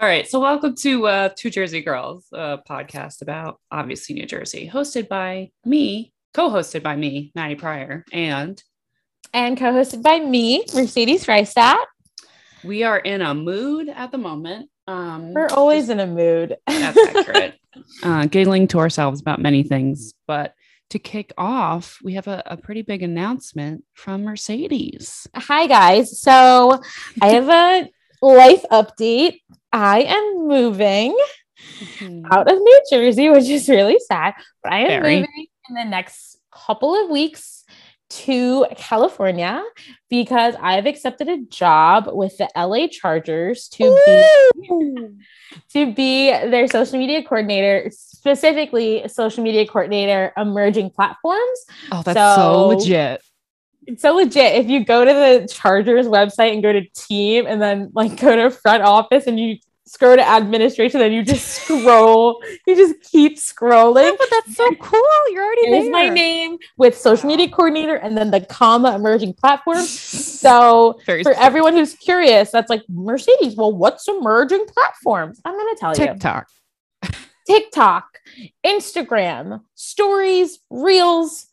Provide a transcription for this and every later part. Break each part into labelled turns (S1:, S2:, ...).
S1: All right, so welcome to uh, Two Jersey Girls, a podcast about obviously New Jersey, hosted by me, co-hosted by me, Maddie Pryor, and
S2: and co-hosted by me, Mercedes Reistat.
S1: we are in a mood at the moment. Um,
S2: We're always in a mood.
S1: That's accurate. uh, giggling to ourselves about many things. But to kick off, we have a, a pretty big announcement from Mercedes.
S2: Hi guys. So I have a life update. I am moving out of New Jersey, which is really sad. But I am
S1: Very.
S2: moving in the next couple of weeks to California because I've accepted a job with the LA Chargers to be to be their social media coordinator, specifically social media coordinator emerging platforms.
S1: Oh, that's so,
S2: So-
S1: legit.
S2: It's so legit. If you go to the Chargers website and go to team and then like go to front office and you scroll to administration, then you just scroll, you just keep scrolling.
S3: but that's so cool. You're already
S2: Here's my name with social media coordinator and then the comma emerging platform. So
S1: Very
S2: for everyone who's curious, that's like Mercedes. Well, what's emerging platforms? I'm gonna tell you.
S1: TikTok.
S2: TikTok, Instagram, stories, reels,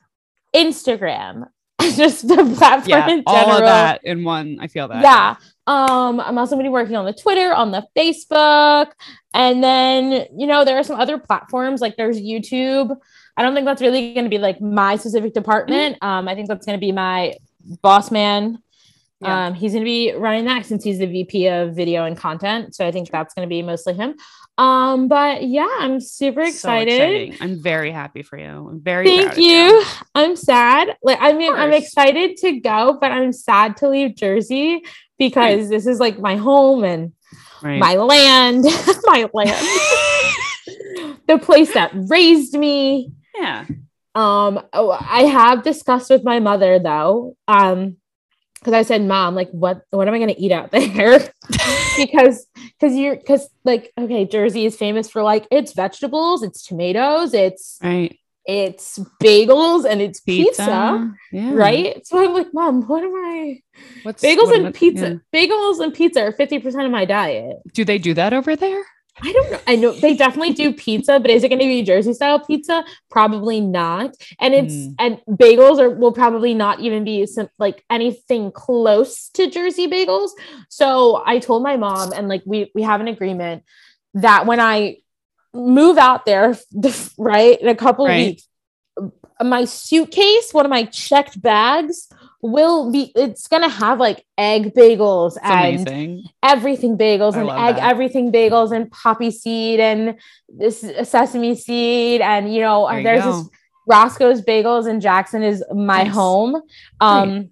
S2: Instagram. Just the platform
S1: Yeah,
S2: in general.
S1: all of that in one. I feel that.
S2: Yeah. Um, I'm also going to be working on the Twitter, on the Facebook, and then you know there are some other platforms like there's YouTube. I don't think that's really going to be like my specific
S1: Mm-hmm.
S2: department. Um, I think that's going to be my boss man.
S1: Yeah.
S2: Um, he's going to be running that since he's the VP of video and content. So I think that's going to be mostly him. Um, but yeah, I'm super
S1: So
S2: excited.
S1: exciting. I'm very happy for you. I'm very proud
S2: Thank
S1: of you.
S2: you. I'm sad. Like I mean, I'm
S1: course.
S2: excited to go, but I'm sad to leave Jersey because this is like my home and
S1: Right.
S2: my land, my land. the place that raised me.
S1: yeah.
S2: Um oh, I have discussed with my mother though. Um because I said, "Mom, like what what am I going to eat out there?" because cuz you're cuz like okay, Jersey is famous for like it's vegetables, it's tomatoes, it's
S1: Right.
S2: it's bagels and it's pizza,
S1: Yeah.
S2: right? So I'm like, mom, what am I?
S1: What's
S2: Bagels
S1: what am I-
S2: and pizza.
S1: yeah.
S2: Bagels and pizza are 50% of my diet.
S1: Do they do that over there?
S2: I don't know. I know they definitely do pizza, but is it going to be Jersey style pizza? Probably not. And it's
S1: Mm.
S2: and bagels are will probably not even be some, like anything close to Jersey bagels. So I told my mom, and like we we have an agreement that when I move out there, right in a couple
S1: Right.
S2: weeks, my suitcase, one of my checked bags, will be. It's gonna have like egg bagels
S1: It's
S2: and
S1: amazing.
S2: everything bagels
S1: I
S2: and
S1: love
S2: egg
S1: that.
S2: everything bagels and poppy seed and this sesame seed and you know
S1: There you
S2: oh, there's
S1: go.
S2: this Roscoe's Bagels in Jackson is my
S1: Nice.
S2: home. Um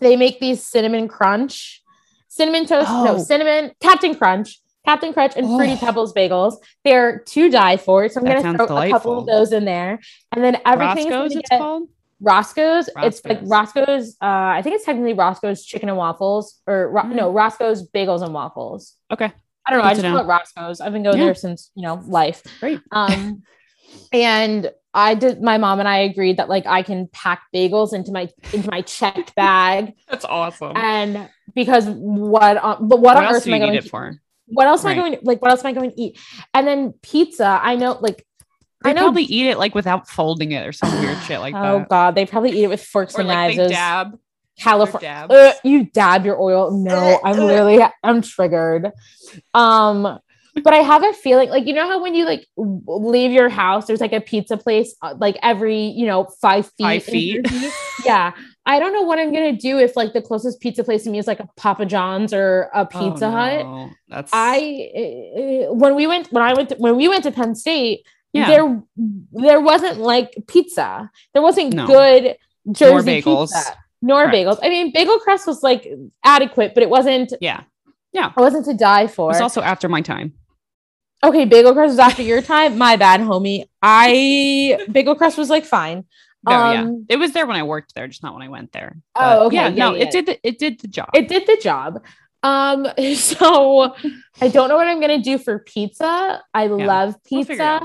S2: they make these cinnamon crunch, cinnamon toast,
S1: Oh.
S2: no, cinnamon Captain Crunch, Captain Crunch and Fruity
S1: Oh.
S2: Pebbles bagels. They're to die for. So I'm
S1: That
S2: going
S1: sounds
S2: to throw a couple
S1: delightful.
S2: of those in there. And then everything is
S1: Roscoe's.
S2: gonna
S1: It's
S2: get-
S1: called.
S2: Roscoe's. It's like
S1: Roscoe's. Mm.
S2: Roscoe's. Uh, I think it's technically Roscoe's chicken and waffles, or Ro- no, Roscoe's bagels and waffles.
S1: Okay.
S2: I don't know.
S1: Good
S2: I
S1: to
S2: just call it Roscoe's. I've been going
S1: Yeah.
S2: there since you know life.
S1: Great.
S2: Um, and I did. My mom and I agreed that like I can pack bagels into my into my checked bag,
S1: That's awesome.
S2: and because what on but what,
S1: what
S2: on
S1: else
S2: earth
S1: do
S2: am
S1: you need
S2: I going to
S1: it for?
S2: What else am I
S1: Right.
S2: going to like? What else am I going to eat? And then pizza. I know like
S1: They
S2: I know.
S1: probably eat it like without folding it or some weird shit like
S2: oh
S1: that.
S2: god, they probably eat it with forks and knives. as California.
S1: dab.
S2: Uh, you dab your oil.
S1: Uh,
S2: No, I'm literally I'm triggered. Um, but I have a feeling like you know how when you like w- leave your house, there's like a pizza place uh, like every you know five feet.
S1: Five
S2: in
S1: feet.
S2: Jersey? yeah, I don't know what I'm gonna do if like the closest pizza place to me is like a Papa John's or a
S1: Oh,
S2: Pizza Hut.
S1: no. That's
S2: I uh, when we went when I went to, when we went to Penn State,
S1: yeah.
S2: there there wasn't like pizza. There wasn't
S1: No.
S2: good Jersey
S1: bagels.
S2: pizza. Nor
S1: Correct.
S2: bagels. I mean, bagel crust was like adequate, but it wasn't.
S1: Yeah.
S2: It wasn't to die for.
S1: It's also after my time.
S2: okay, bagel crust was after your time. My bad, homie. I bagel crust was like fine.
S1: No, yeah.
S2: Um,
S1: It was there when I worked there, just not when I went there.
S2: Oh, okay.
S1: Yeah,
S2: Yeah,
S1: no,
S2: yeah,
S1: it did the, it did the job.
S2: It did the job. Um, so I don't know what I'm gonna do for pizza. I love
S1: We'll figure it
S2: pizza.
S1: out.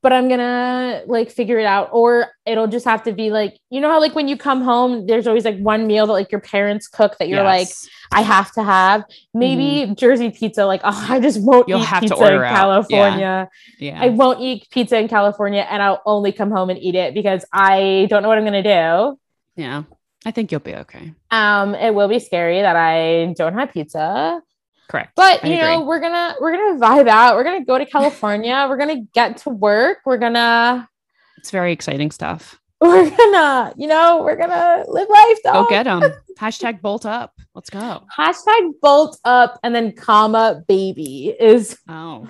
S2: but I'm gonna like figure it out. Or it'll just have to be like, you know how like when you come home, there's always like one meal that like your parents cook that you're like,
S1: Yes. Mm-hmm.
S2: I have to have. Maybe Jersey pizza, like, oh, I just won't
S1: You'll
S2: eat
S1: have to
S2: pizza
S1: order
S2: in
S1: out.
S2: California.
S1: yeah.
S2: I won't eat pizza in California and I'll only come home and eat it because I don't know what I'm gonna do.
S1: yeah. I think you'll be okay.
S2: Um, it will be scary that I don't have pizza.
S1: Correct.
S2: But
S1: I
S2: you know,
S1: agree.
S2: we're gonna we're gonna vibe out. We're gonna go to California. we're gonna get to work. We're gonna
S1: It's very exciting stuff.
S2: we're gonna, you know, we're gonna live life.
S1: Go
S2: dog.
S1: get them. Hashtag bolt up. Let's go.
S2: hashtag bolt up and then comma baby is
S1: Oh,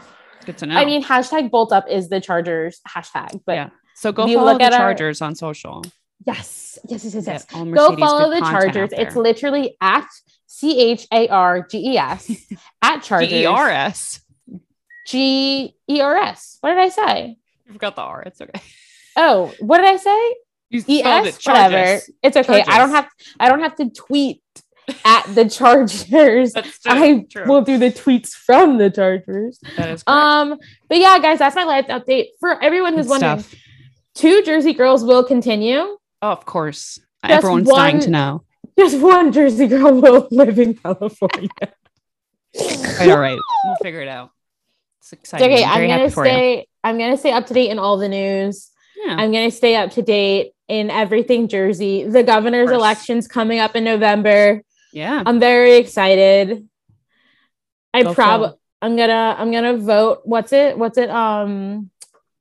S1: good to know.
S2: I mean hashtag bolt up is the Chargers hashtag, but
S1: Yeah. so go
S2: if you
S1: follow
S2: look
S1: the
S2: at our-
S1: Chargers on social.
S2: yes, yes, yes, yes, yes.
S1: Get all
S2: Go
S1: Mercedes
S2: follow
S1: good
S2: the
S1: content out
S2: Chargers. It's
S1: there.
S2: literally at C H A R G E S at Chargers
S1: E G-E-R-S.
S2: G E R S. What did I say?
S1: You forgot the R. It's okay.
S2: Oh, what did I say?
S1: You spelled it.
S2: ES, E whatever.
S1: Oh, Chargers.
S2: It's okay. I don't
S1: Chargers.
S2: have I don't have to tweet at the Chargers.
S1: That's true.
S2: I
S1: true.
S2: will do the tweets from the Chargers.
S1: that is correct.
S2: Um, but yeah, guys, that's my life update for everyone who's
S1: Good
S2: wondering.
S1: stuff.
S2: Two Jersey girls will continue.
S1: Oh, of course.
S2: Just
S1: Everyone's dying to
S2: one-
S1: know.
S2: Just one Jersey girl will live in California.
S1: Right, all right. We'll figure it out. It's exciting.
S2: okay,
S1: I'm,
S2: I'm
S1: very
S2: gonna
S1: happy for you.
S2: stay. I'm gonna stay up to date in all the news.
S1: Yeah.
S2: I'm gonna stay up to date in everything Jersey. The governor's
S1: course.
S2: elections coming up in November.
S1: yeah.
S2: I'm very excited. I
S1: Go
S2: prob
S1: Phil.
S2: I'm gonna I'm gonna vote. What's it? What's it? Um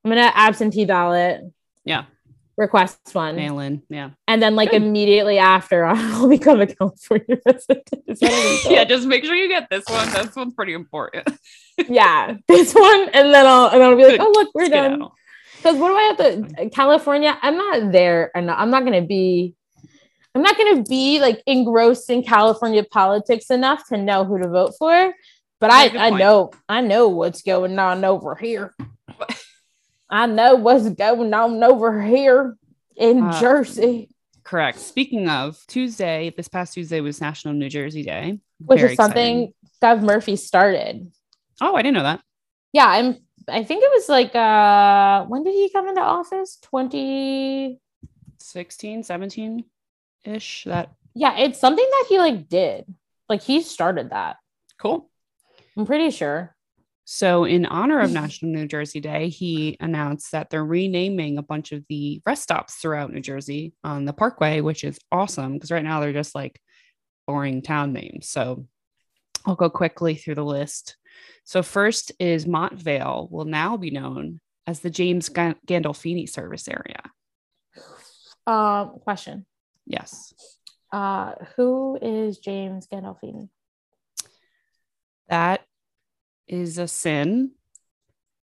S2: I'm gonna absentee ballot.
S1: Yeah.
S2: Request one.
S1: Nail in. Yeah.
S2: And then like
S1: Good.
S2: immediately after I'll become a California resident. Is that illegal?
S1: yeah. Just make sure you get this one. This one's pretty important.
S2: yeah. This one and then I'll and then I'll be like,
S1: Good.
S2: oh look, we're
S1: Let's get
S2: done.
S1: out.
S2: Because what do I have to California? I'm not there and I'm not gonna be I'm not gonna be like engrossed in California politics enough to know who to vote for. But
S1: Yeah,
S2: I,
S1: good
S2: I
S1: point.
S2: know I know what's going on over here. I know what's going on over here in
S1: Uh,
S2: Jersey,
S1: Correct. Speaking of Tuesday, this past Tuesday was National New Jersey Day,
S2: which
S1: very
S2: is something Gov Murphy started.
S1: Oh, I didn't know that.
S2: yeah i'm i think it was like uh when did he come into office 20
S1: 16, 17 ish. That
S2: yeah it's something that he like did like he started that
S1: cool.
S2: i'm pretty sure
S1: So, in honor
S2: Mm-hmm.
S1: of National New Jersey Day, he announced that they're renaming a bunch of the rest stops throughout New Jersey on the parkway, which is awesome because right now they're just like boring town names. So, I'll go quickly through the list. So, first is Montvale will now be known as the James Gan- Gandolfini service area.
S2: um question
S1: Yes.
S2: uh who is james gandolfini
S1: That is a sin.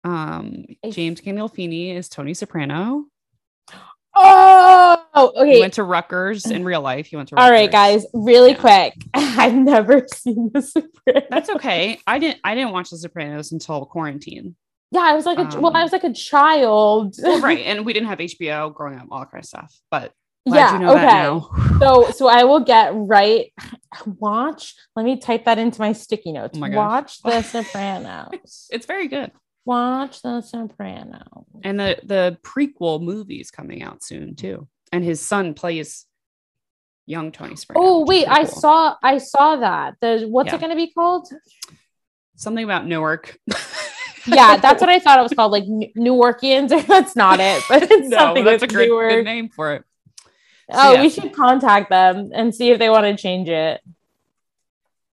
S1: Um,
S2: I-
S1: James Gandolfini is Tony Soprano.
S2: oh
S1: He
S2: okay
S1: went to Rutgers in real life. He went to
S2: all right
S1: Rutgers.
S2: guys really
S1: Yeah.
S2: quick i've never seen this
S1: That's okay. I didn't. I didn't watch The Sopranos until quarantine.
S2: yeah i was like a well i
S1: Um,
S2: was like a child
S1: Well, right, and we didn't have HBO growing up, all that kind of stuff. But glad
S2: yeah
S1: you know
S2: okay
S1: that now.
S2: So, so I will get right. Watch. Let me type that into my sticky notes.
S1: Oh my
S2: Watch
S1: gosh.
S2: The Sopranos.
S1: It's very good.
S2: Watch The Sopranos.
S1: And the the prequel movie is coming out soon too. And his son plays young Tony Soprano.
S2: Oh
S1: which is
S2: wait,
S1: pretty
S2: I
S1: cool.
S2: saw. I saw that. The what's
S1: Yeah.
S2: it going to be called?
S1: something about Newark.
S2: Yeah, that's what I thought it was called. Like New- Newarkians. that's not it, but it's
S1: no,
S2: something
S1: that's a
S2: with
S1: great
S2: Newark.
S1: good name for it.
S2: Oh,
S1: yeah.
S2: we should contact them and see if they want to change it.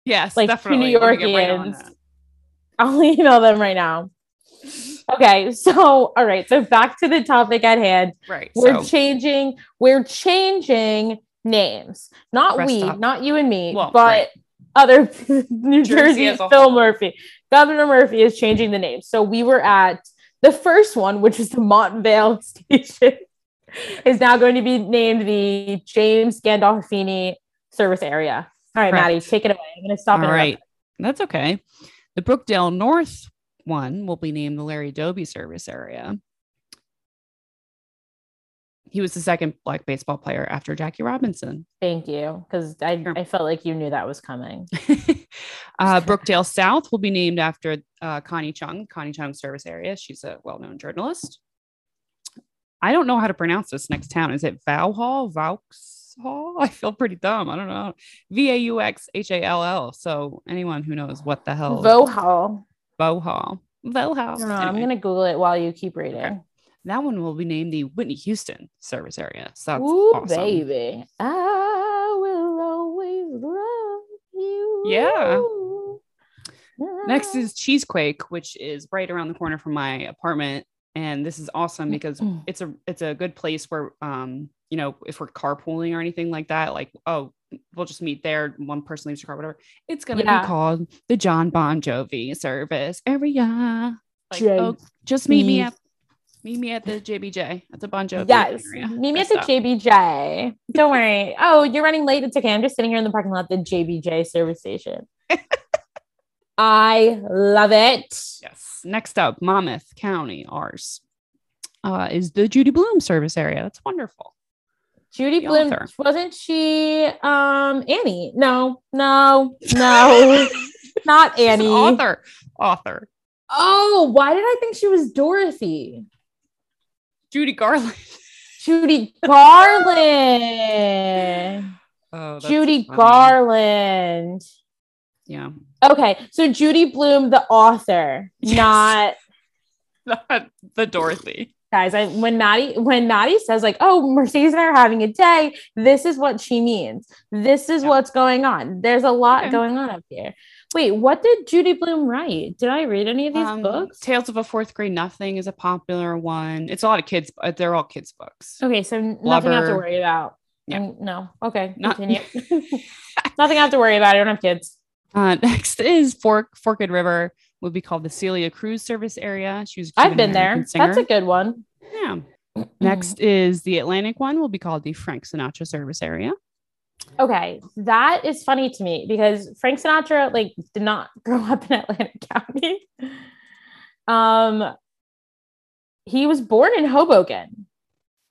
S1: Yes,
S2: Like, to
S1: definitely.
S2: New
S1: We're gonna get right on
S2: Yorkians.
S1: that.
S2: I'll email them right now. Okay, so all right, so back to the topic at hand.
S1: Right.
S2: We're
S1: so,
S2: changing. We're changing names. Not
S1: Rest
S2: we,
S1: stop.
S2: not you and me,
S1: Well,
S2: but
S1: right.
S2: other New
S1: Jersey
S2: Jersey.
S1: as a
S2: Phil
S1: whole.
S2: Murphy, Governor Murphy is changing the name. So we were at the first one, which is the Montvale Station, is now going to be named the James Gandolfini Service Area. All right,
S1: Correct.
S2: Maddie, take it away. I'm going to stop.
S1: all
S2: interrupting.
S1: right. That's okay. The Brookdale North one will be named the Larry Doby Service Area. He was the second black baseball player after Jackie Robinson.
S2: Thank you, because I,
S1: Sure.
S2: I felt like you knew that was coming.
S1: uh, Brookdale South will be named after uh, Connie Chung, Connie Chung Service Area. She's a well known journalist. I don't know how to pronounce this next town. Is it Vauxhall? Vauxhall? I feel pretty dumb. I don't know. V A U X H A L L. So anyone who knows what the hell
S2: Vohal.
S1: Vauxhall. Vauxhall.
S2: No, I'm
S1: Oh. Anyway,
S2: gonna Google it while you keep reading.
S1: Okay. that one will be named the Whitney Houston service area. So that's
S2: Ooh,
S1: awesome.
S2: baby. I will always love you.
S1: Yeah. Next is Cheesequake, which is right around the corner from my apartment. And this is awesome because it's a it's a good place where um you know if we're carpooling or anything like that like oh we'll just meet there one person leaves their car whatever it's gonna
S2: Yeah.
S1: be called the John Bon Jovi service area like
S2: J-
S1: oh just meet me
S2: B.
S1: at meet me at the JBJ at the Bon Jovi
S2: Yes.
S1: area.
S2: Meet me at
S1: That's
S2: the
S1: up.
S2: JBJ. Don't worry. Oh, you're running late. It's okay. I'm just sitting here in the parking lot at the JBJ service station. I love it.
S1: yes next up Monmouth County ours uh is the Judy Bloom service area that's wonderful
S2: Judy
S1: The
S2: Blume
S1: author.
S2: wasn't she um Annie? No, no, no, not
S1: She's an
S2: Annie.
S1: author author
S2: Oh, why did I think she was Dorothy?
S1: Judy Garland
S2: Judy Garland.
S1: oh that's
S2: Judy
S1: funny.
S2: Garland.
S1: yeah
S2: Okay, so Judy Bloom, the author,
S1: Yes.
S2: not
S1: not the Dorothy
S2: guys. I when Natty when Natty says like, "Oh, Mercedes and I are having a day," this is what she means. This is
S1: Yeah.
S2: what's going on. There's a lot
S1: Okay.
S2: going on up here. Wait, what did Judy Bloom write? Did I read any of these
S1: Um,
S2: books?
S1: Tales of a Fourth Grade Nothing is a popular one. It's a lot of kids, but they're all kids' books.
S2: Okay, so nothing I have to
S1: Blubber.
S2: worry about.
S1: Yeah.
S2: Um, no. Okay.
S1: Not-
S2: Continue. nothing I have to worry about. I don't have kids.
S1: Uh, next is Fork Forked River would be called the Celia Cruz service area. She was a
S2: I've
S1: Cuban
S2: been there.
S1: American singer.
S2: That's a Mm-hmm. good one.
S1: yeah. Next is the Atlantic one will be called the Frank Sinatra service area.
S2: Okay, that is funny to me because Frank Sinatra like did not grow up in Atlantic County. Um he was born in Hoboken,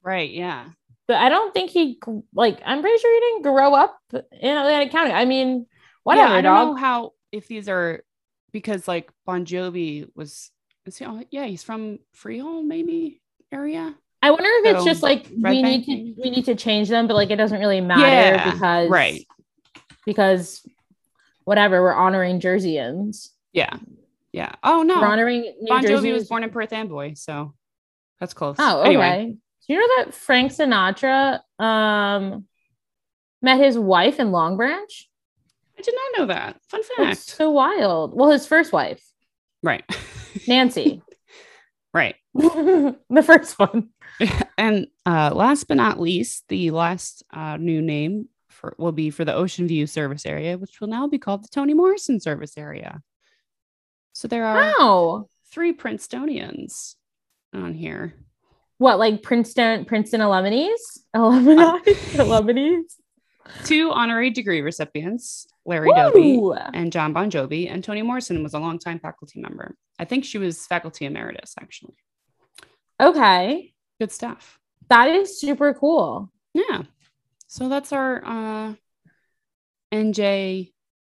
S1: Right. Yeah.
S2: but I don't think he gr- like I'm pretty sure he didn't grow up in Atlantic County. I mean, whatever,
S1: I don't know
S2: dog.
S1: how if these are because like Bon Jovi was. Is he, oh, yeah, he's from Freehold, maybe area.
S2: I wonder if it's
S1: So,
S2: just like
S1: Red
S2: we
S1: Bank,
S2: need
S1: maybe?
S2: to we need to change them, but like it doesn't really matter
S1: Yeah,
S2: because
S1: right.
S2: because whatever, we're honoring Jerseyans.
S1: Yeah. Yeah. Oh no.
S2: We're honoring New
S1: Bon Jovi
S2: Jersey
S1: was
S2: is-
S1: born in Perth Amboy, so that's close.
S2: Oh, okay.
S1: Anyway,
S2: Do you know that Frank Sinatra um met his wife in Long Branch?
S1: I did not know that. Fun
S2: That's
S1: fact.
S2: so wild. Well, his first wife,
S1: Right.
S2: Nancy.
S1: Right.
S2: the first one.
S1: And uh, last but not least, the last uh, new name for will be for the Ocean View service area, which will now be called the Toni Morrison service area. So there are
S2: Ah. Wow.
S1: three Princetonians on here.
S2: What, like Princeton Princeton alumnies? Alumni? alumnies?
S1: Two honorary degree recipients, Larry Doby
S2: Ooh.
S1: and John Bon Jovi, and Toni Morrison was a longtime faculty member. I think she was faculty emeritus, actually.
S2: Okay.
S1: Good stuff.
S2: That is super cool.
S1: Yeah. So that's our uh, NJ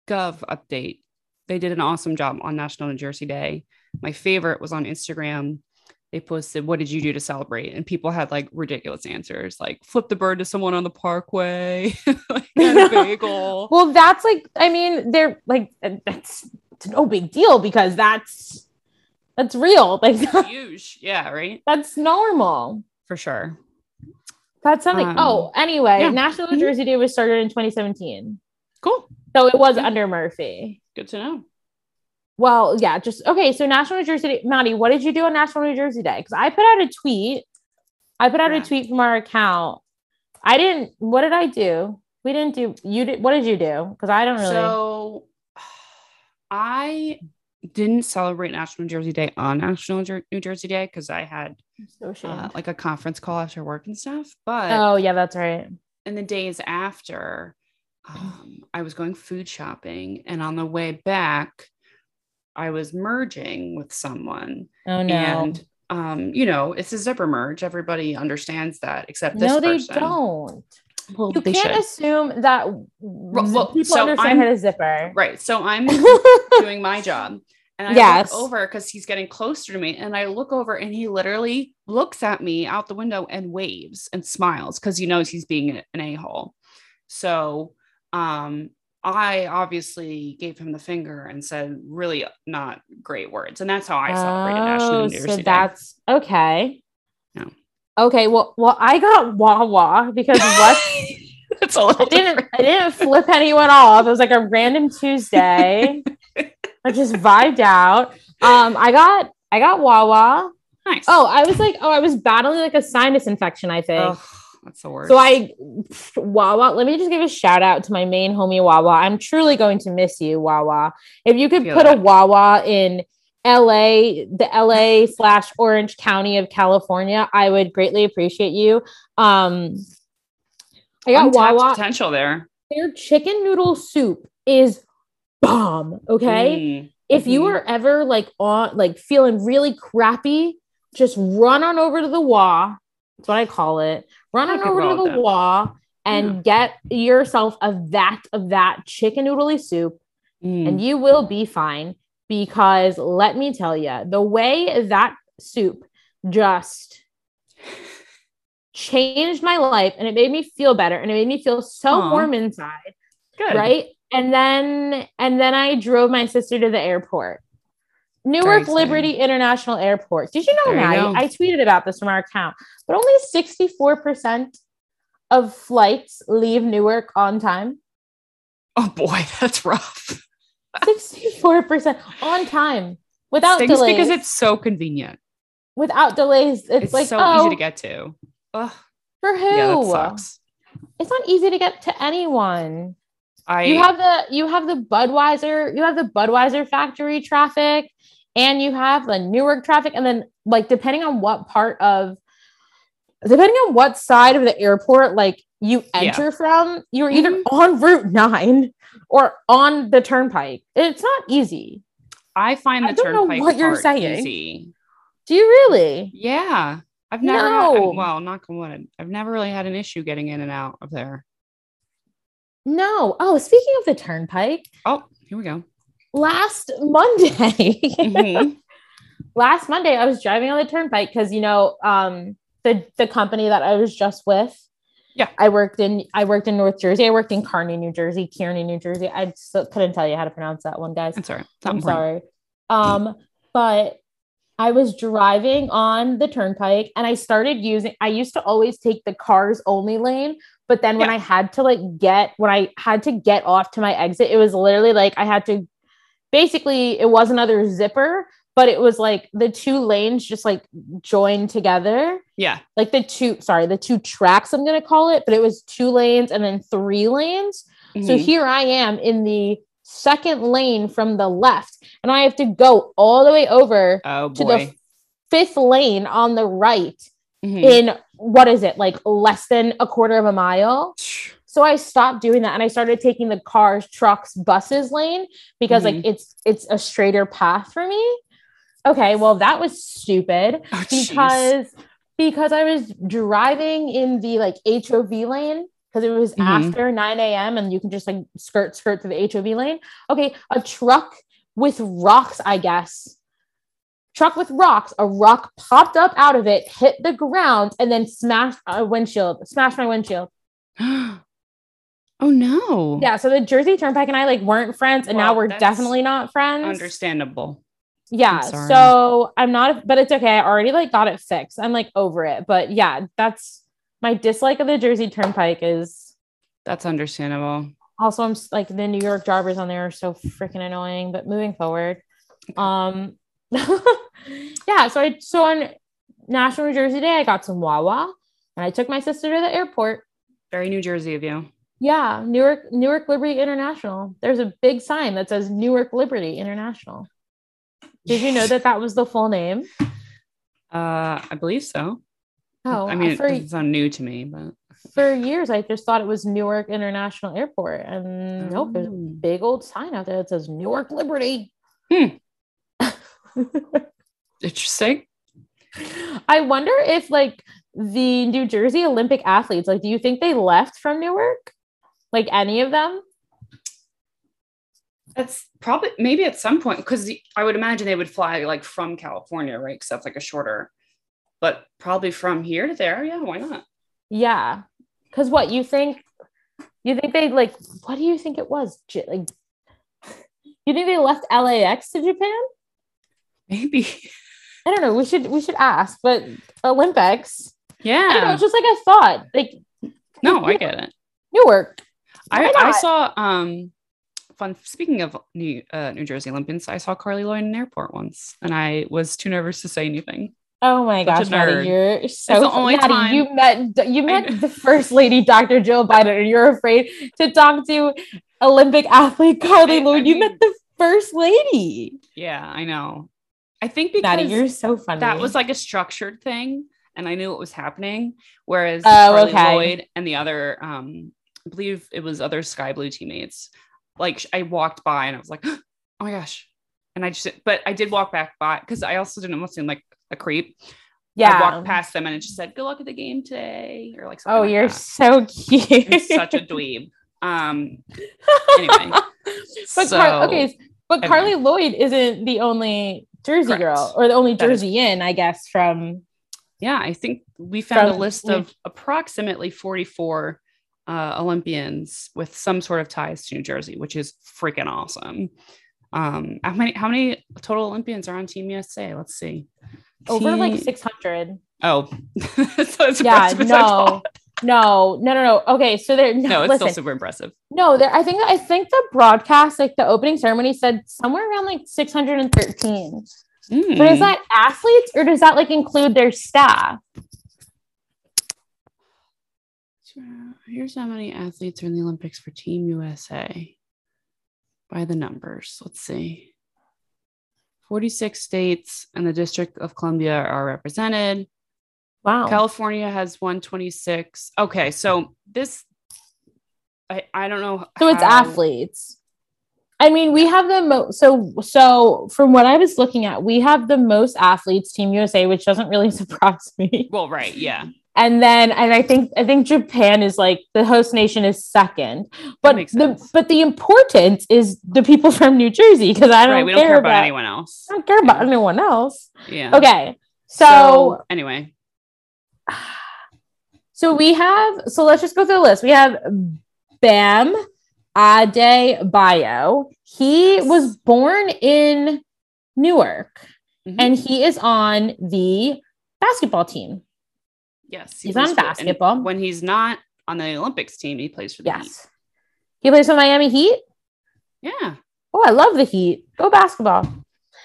S1: Gov update. They did an awesome job on National New Jersey Day. My favorite was on Instagram. They posted, What did you do to celebrate? And people had like ridiculous answers, like flip the bird to someone on the parkway, like, had a bagel.
S2: Well, that's like, I mean, they're like that's it's no big deal because that's that's real. Like
S1: Huge. Yeah, right?
S2: that's normal.
S1: For sure.
S2: That's something.
S1: Um,
S2: oh, anyway,
S1: yeah.
S2: National New
S1: Mhm.
S2: Jersey Day was started in 2017.
S1: Cool.
S2: So it was
S1: Yeah.
S2: under Murphy.
S1: Good to know.
S2: Well, yeah, just okay. So National New Jersey Day, Maddie, what did you do on National New Jersey Day? Because I put out a tweet. I put out
S1: Yeah.
S2: a tweet from our account. I didn't, what did I do? We didn't do, you did, what did you do? Because I don't really.
S1: So I didn't celebrate National New Jersey Day on National Jer- New Jersey Day because I had
S2: So
S1: uh,
S2: ashamed.
S1: like a conference call after work and stuff. But
S2: oh, yeah, that's right.
S1: in the days after, um, I was going food shopping, and on the way back, I was merging with someone,
S2: Oh, no.
S1: and um, you know, it's a zipper merge. Everybody understands that, except this
S2: no, they
S1: person.
S2: don't.
S1: Well,
S2: You
S1: they
S2: can't
S1: should.
S2: assume that
S1: well,
S2: people
S1: so
S2: understand
S1: I'm-
S2: how to zipper.
S1: right. So I'm doing my job. And I
S2: Yes.
S1: look over because he's getting closer to me. And I look over and he literally looks at me out the window and waves and smiles because he knows he's being an a-hole. So um I obviously gave him the finger and said really not great words. And that's how I celebrated National
S2: Oh,
S1: New Year's
S2: so
S1: Day.
S2: that's okay.
S1: No.
S2: Okay, well, well, I got Wawa because what
S1: That's a little
S2: I didn't I didn't flip anyone off. It was like a random Tuesday. I just vibed out. Um, I got I got Wawa.
S1: nice.
S2: Oh, I was like, oh, I was battling like a sinus infection, I think.
S1: Ugh, that's the worst.
S2: So I pfft, Wawa, let me just give a shout out to my main homie Wawa. I'm truly going to miss you, Wawa. If you could
S1: Feel
S2: put
S1: that.
S2: a Wawa in LA, the LA slash Orange County of California, I would greatly appreciate you. Um I got
S1: Untapped
S2: Wawa.
S1: potential there.
S2: Their chicken noodle soup is bomb. Okay
S1: Mm.
S2: if you
S1: Mhm.
S2: are ever like on like feeling really crappy, just run on over to the wah. That's what I call it. Run
S1: I
S2: on
S1: could
S2: over
S1: roll
S2: to
S1: with
S2: the
S1: that.
S2: wah and get yourself a vat of that chicken noodly soup,
S1: Mm.
S2: and you will be fine. Because let me tell you, the way that soup just changed my life and it made me feel better and it made me feel so
S1: Aw.
S2: warm inside
S1: Good.
S2: right and then and then i drove my sister to the airport newark
S1: exciting.
S2: liberty international airport did you know
S1: There you
S2: Maddie?
S1: go.
S2: i tweeted about this from our account but only 64% of flights leave newark on time
S1: Oh boy, that's rough.
S2: 64% on time without
S1: Stinks
S2: delays
S1: because it's so convenient.
S2: without delays it's,
S1: It's,
S2: like
S1: so
S2: oh,
S1: easy to get to. Ugh,
S2: for who
S1: yeah, that sucks.
S2: it's not easy to get to anyone
S1: I
S2: you have the you have the Budweiser, you have the Budweiser factory traffic, and you have the Newark traffic, and then like depending on what part of depending on what side of the airport like you
S1: Yeah.
S2: enter from, you're either
S1: Mhm.
S2: on Route Nine or on the turnpike. It's not easy.
S1: I find
S2: I
S1: the
S2: don't know
S1: turnpike
S2: what you're
S1: part
S2: saying.
S1: easy.
S2: Do you really?
S1: Yeah. I've never had-
S2: No.
S1: well, knock on wood. I've never really had an issue getting in and out of there.
S2: No. Oh, speaking of the turnpike,
S1: Oh, here we go.
S2: last Monday.
S1: Mhm.
S2: last Monday I was driving on the turnpike because you know um the the company that I was just with.
S1: Yeah.
S2: I worked in I worked in North Jersey. I worked in Kearney, New Jersey, Kearney, New Jersey. I still couldn't tell you how to pronounce that one, guys.
S1: That's all right. It's not
S2: I'm
S1: important.
S2: sorry. Um, but I was driving on the turnpike and I started using I used to always take the cars only lane, but then when I had to like get when I had to get off to my exit, it was literally like I had to basically it was another zipper, but it was like the two lanes just like joined together.
S1: Yeah.
S2: Like the two, sorry, the two tracks I'm gonna call it, but it was two lanes and then three lanes. So
S1: Mhm.
S2: here I am in the second lane from the left, and I have to go all the way over
S1: oh
S2: to
S1: boy.
S2: the fifth lane on the right
S1: Mhm.
S2: in what is it, like less than a quarter of a mile. So I stopped doing that and I started taking the cars, trucks, buses lane because like
S1: Mm-hmm.
S2: it's it's a straighter path for me. Okay, well that was stupid
S1: Oh, jeez.
S2: because because I was driving in the like HOV lane because it was
S1: Mhm.
S2: after 9 a.m. and you can just like skirt skirt through the HOV lane. Okay, a truck with rocks, I guess. Truck with rocks. A rock popped up out of it, hit the ground, and then smashed a windshield. Smashed my windshield.
S1: oh no.
S2: Yeah. So the Jersey Turnpike and I like weren't friends, and now
S1: Well,
S2: we're
S1: that's
S2: definitely not friends.
S1: Understandable.
S2: Yeah.
S1: sorry.
S2: so I'm not, but it's okay. I already like got it fixed. I'm like over it. But yeah, that's my dislike of the Jersey Turnpike is
S1: That's understandable.
S2: also I'm s- like the New York drivers on there are so freaking annoying. But moving forward, um, yeah. So I so on National New Jersey Day I got some Wawa and I took my sister to the airport.
S1: Very New Jersey of you.
S2: Yeah, Newark Newark Liberty International. There's a big sign that says Newark Liberty International. Did you know that that was the full name?
S1: Uh, I believe so.
S2: Oh,
S1: I mean,
S2: for,
S1: it's not new to me, but
S2: for years I just thought it was Newark International Airport, and nope, there's a
S1: Oh.
S2: big old sign out there that says Newark Liberty.
S1: Hmm. interesting.
S2: I wonder if like the New Jersey Olympic athletes, like, do you think they left from Newark? Like any of them?
S1: That's probably maybe at some point because I would imagine they would fly like from California, right? Because that's like a shorter, but probably from here to there. Yeah, why not?
S2: Yeah. Cause what you think you think they like what do you think it was? J- Like you think they left LAX to Japan?
S1: Maybe.
S2: I don't know. We should we should ask, but Olympics. I don't know,
S1: Yeah.
S2: it's just like I thought. Like
S1: No, I get it.
S2: Newark.
S1: I,
S2: Why
S1: I
S2: not?
S1: saw um fun speaking of New uh, New Jersey Olympians, I saw Carly Lloyd in an airport once and I was too nervous to say anything.
S2: Oh my
S1: Such a
S2: gosh, Maddie,
S1: nerd.
S2: you're so
S1: the only
S2: Maddie,
S1: time-
S2: you met you
S1: know.
S2: met the first lady, Dr. Jill Biden, and you're afraid to talk to Olympic athlete Carly
S1: I- I
S2: Lloyd. you
S1: mean-
S2: met the first lady.
S1: Yeah, I know. I think
S2: Maddie,
S1: because
S2: you're so funny.
S1: that was like a structured thing and I knew what was happening. Whereas
S2: Oh,
S1: Carly
S2: okay.
S1: Lloyd and the other um I believe it was other Sky Blue teammates, like sh- I walked by and I was like, oh my gosh. And I just but I did walk back by because I also didn't want to seem like a creep. I
S2: yeah.
S1: walked past them and it just said, "Good luck at the game today," or like something.
S2: Oh,
S1: like
S2: you're
S1: that.
S2: so cute.
S1: I'm such a dweeb. Um, anyway,
S2: but
S1: so
S2: Car- okay, but
S1: anyway.
S2: Carly Lloyd isn't the only Jersey
S1: Correct.
S2: girl or the only
S1: That is-
S2: Jersey in, I guess, from
S1: yeah, I think we found a
S2: From-
S1: list of approximately 44 uh, Olympians with some sort of ties to New Jersey, which is freaking awesome. Um, how many how many total Olympians are on Team USA? Let's see.
S2: over like
S1: Team-
S2: 600.
S1: Oh, so it's
S2: Yeah,
S1: impressive as I
S2: no.
S1: thought.
S2: No, no, no, no. Okay, so there. No,
S1: no, it's
S2: listen,
S1: still super impressive.
S2: no. There, I think, I think the broadcast, like the opening ceremony, said somewhere around like six hundred and thirteen. But
S1: Mm.
S2: is that athletes or does that like include their staff?
S1: Sure. Here's how many athletes are in the Olympics for Team USA by the numbers. Let's see. 46 states and the District of Columbia are represented.
S2: Wow.
S1: California has 126. Okay, so this I, I don't know.
S2: So it's
S1: how-
S2: athletes. I mean, we have the most. So, so from what I was looking at, we have the most athletes, Team USA, which doesn't really surprise me.
S1: Well, right, yeah.
S2: And then, and I think, I think Japan is like the host nation is second. But
S1: makes
S2: the
S1: sense.
S2: but the importance is the people from New Jersey because I don't
S1: right, we
S2: care
S1: don't care
S2: about,
S1: about, anyone else.
S2: I don't care about
S1: Yeah.
S2: anyone else.
S1: Yeah.
S2: Okay, so
S1: anyway,
S2: So we have, so let's just go through the list. We have Bam Adebayo. He was born in Newark
S1: Mhm.
S2: and he is on the basketball team.
S1: yes, he
S2: he's
S1: plays
S2: on
S1: for- and
S2: basketball.
S1: When he's not on the Olympics team, he plays for the Heat.
S2: Yes. He plays for Miami Heat.
S1: Yeah.
S2: Oh, I love the Heat. Go basketball.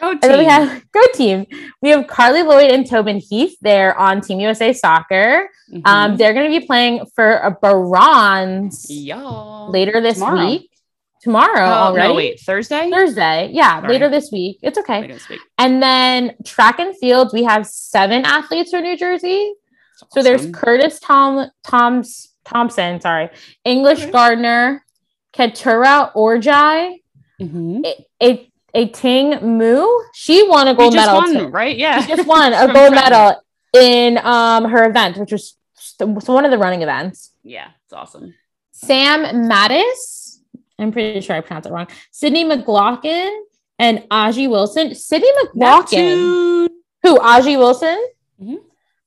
S1: Oh,
S2: And then we
S1: team.
S2: have go team. We have Carly Lloyd and Tobin Heath. They're on Team USA Soccer.
S1: Mhm.
S2: Um, they're going to be playing for a bronze
S1: Y'all.
S2: later this
S1: Tomorrow.
S2: week. Tomorrow
S1: Oh,
S2: already.
S1: no, wait, Thursday?
S2: Thursday. Yeah,
S1: Sorry.
S2: later this week. It's
S1: I
S2: okay.
S1: didn't speak.
S2: And then track and field, we have seven athletes from New Jersey. So there's
S1: Awesome.
S2: Curtis Tom Tom's Thompson, sorry, English
S1: Okay.
S2: Gardner, Ketura Orjai,
S1: Mhm.
S2: a, a, a Ting Mu. She won a gold
S1: We just
S2: medal.
S1: won,
S2: too.
S1: right? Yeah.
S2: She just won a
S1: From
S2: gold
S1: track.
S2: medal in um her event, which was st- one of the running events.
S1: Yeah, it's awesome.
S2: Sam Mattis. I'm pretty sure I pronounced it wrong. Sydney McLaughlin and Aji Wilson. Sydney McLaughlin.
S1: Neptune.
S2: Who? Aji Wilson?
S1: Mhm.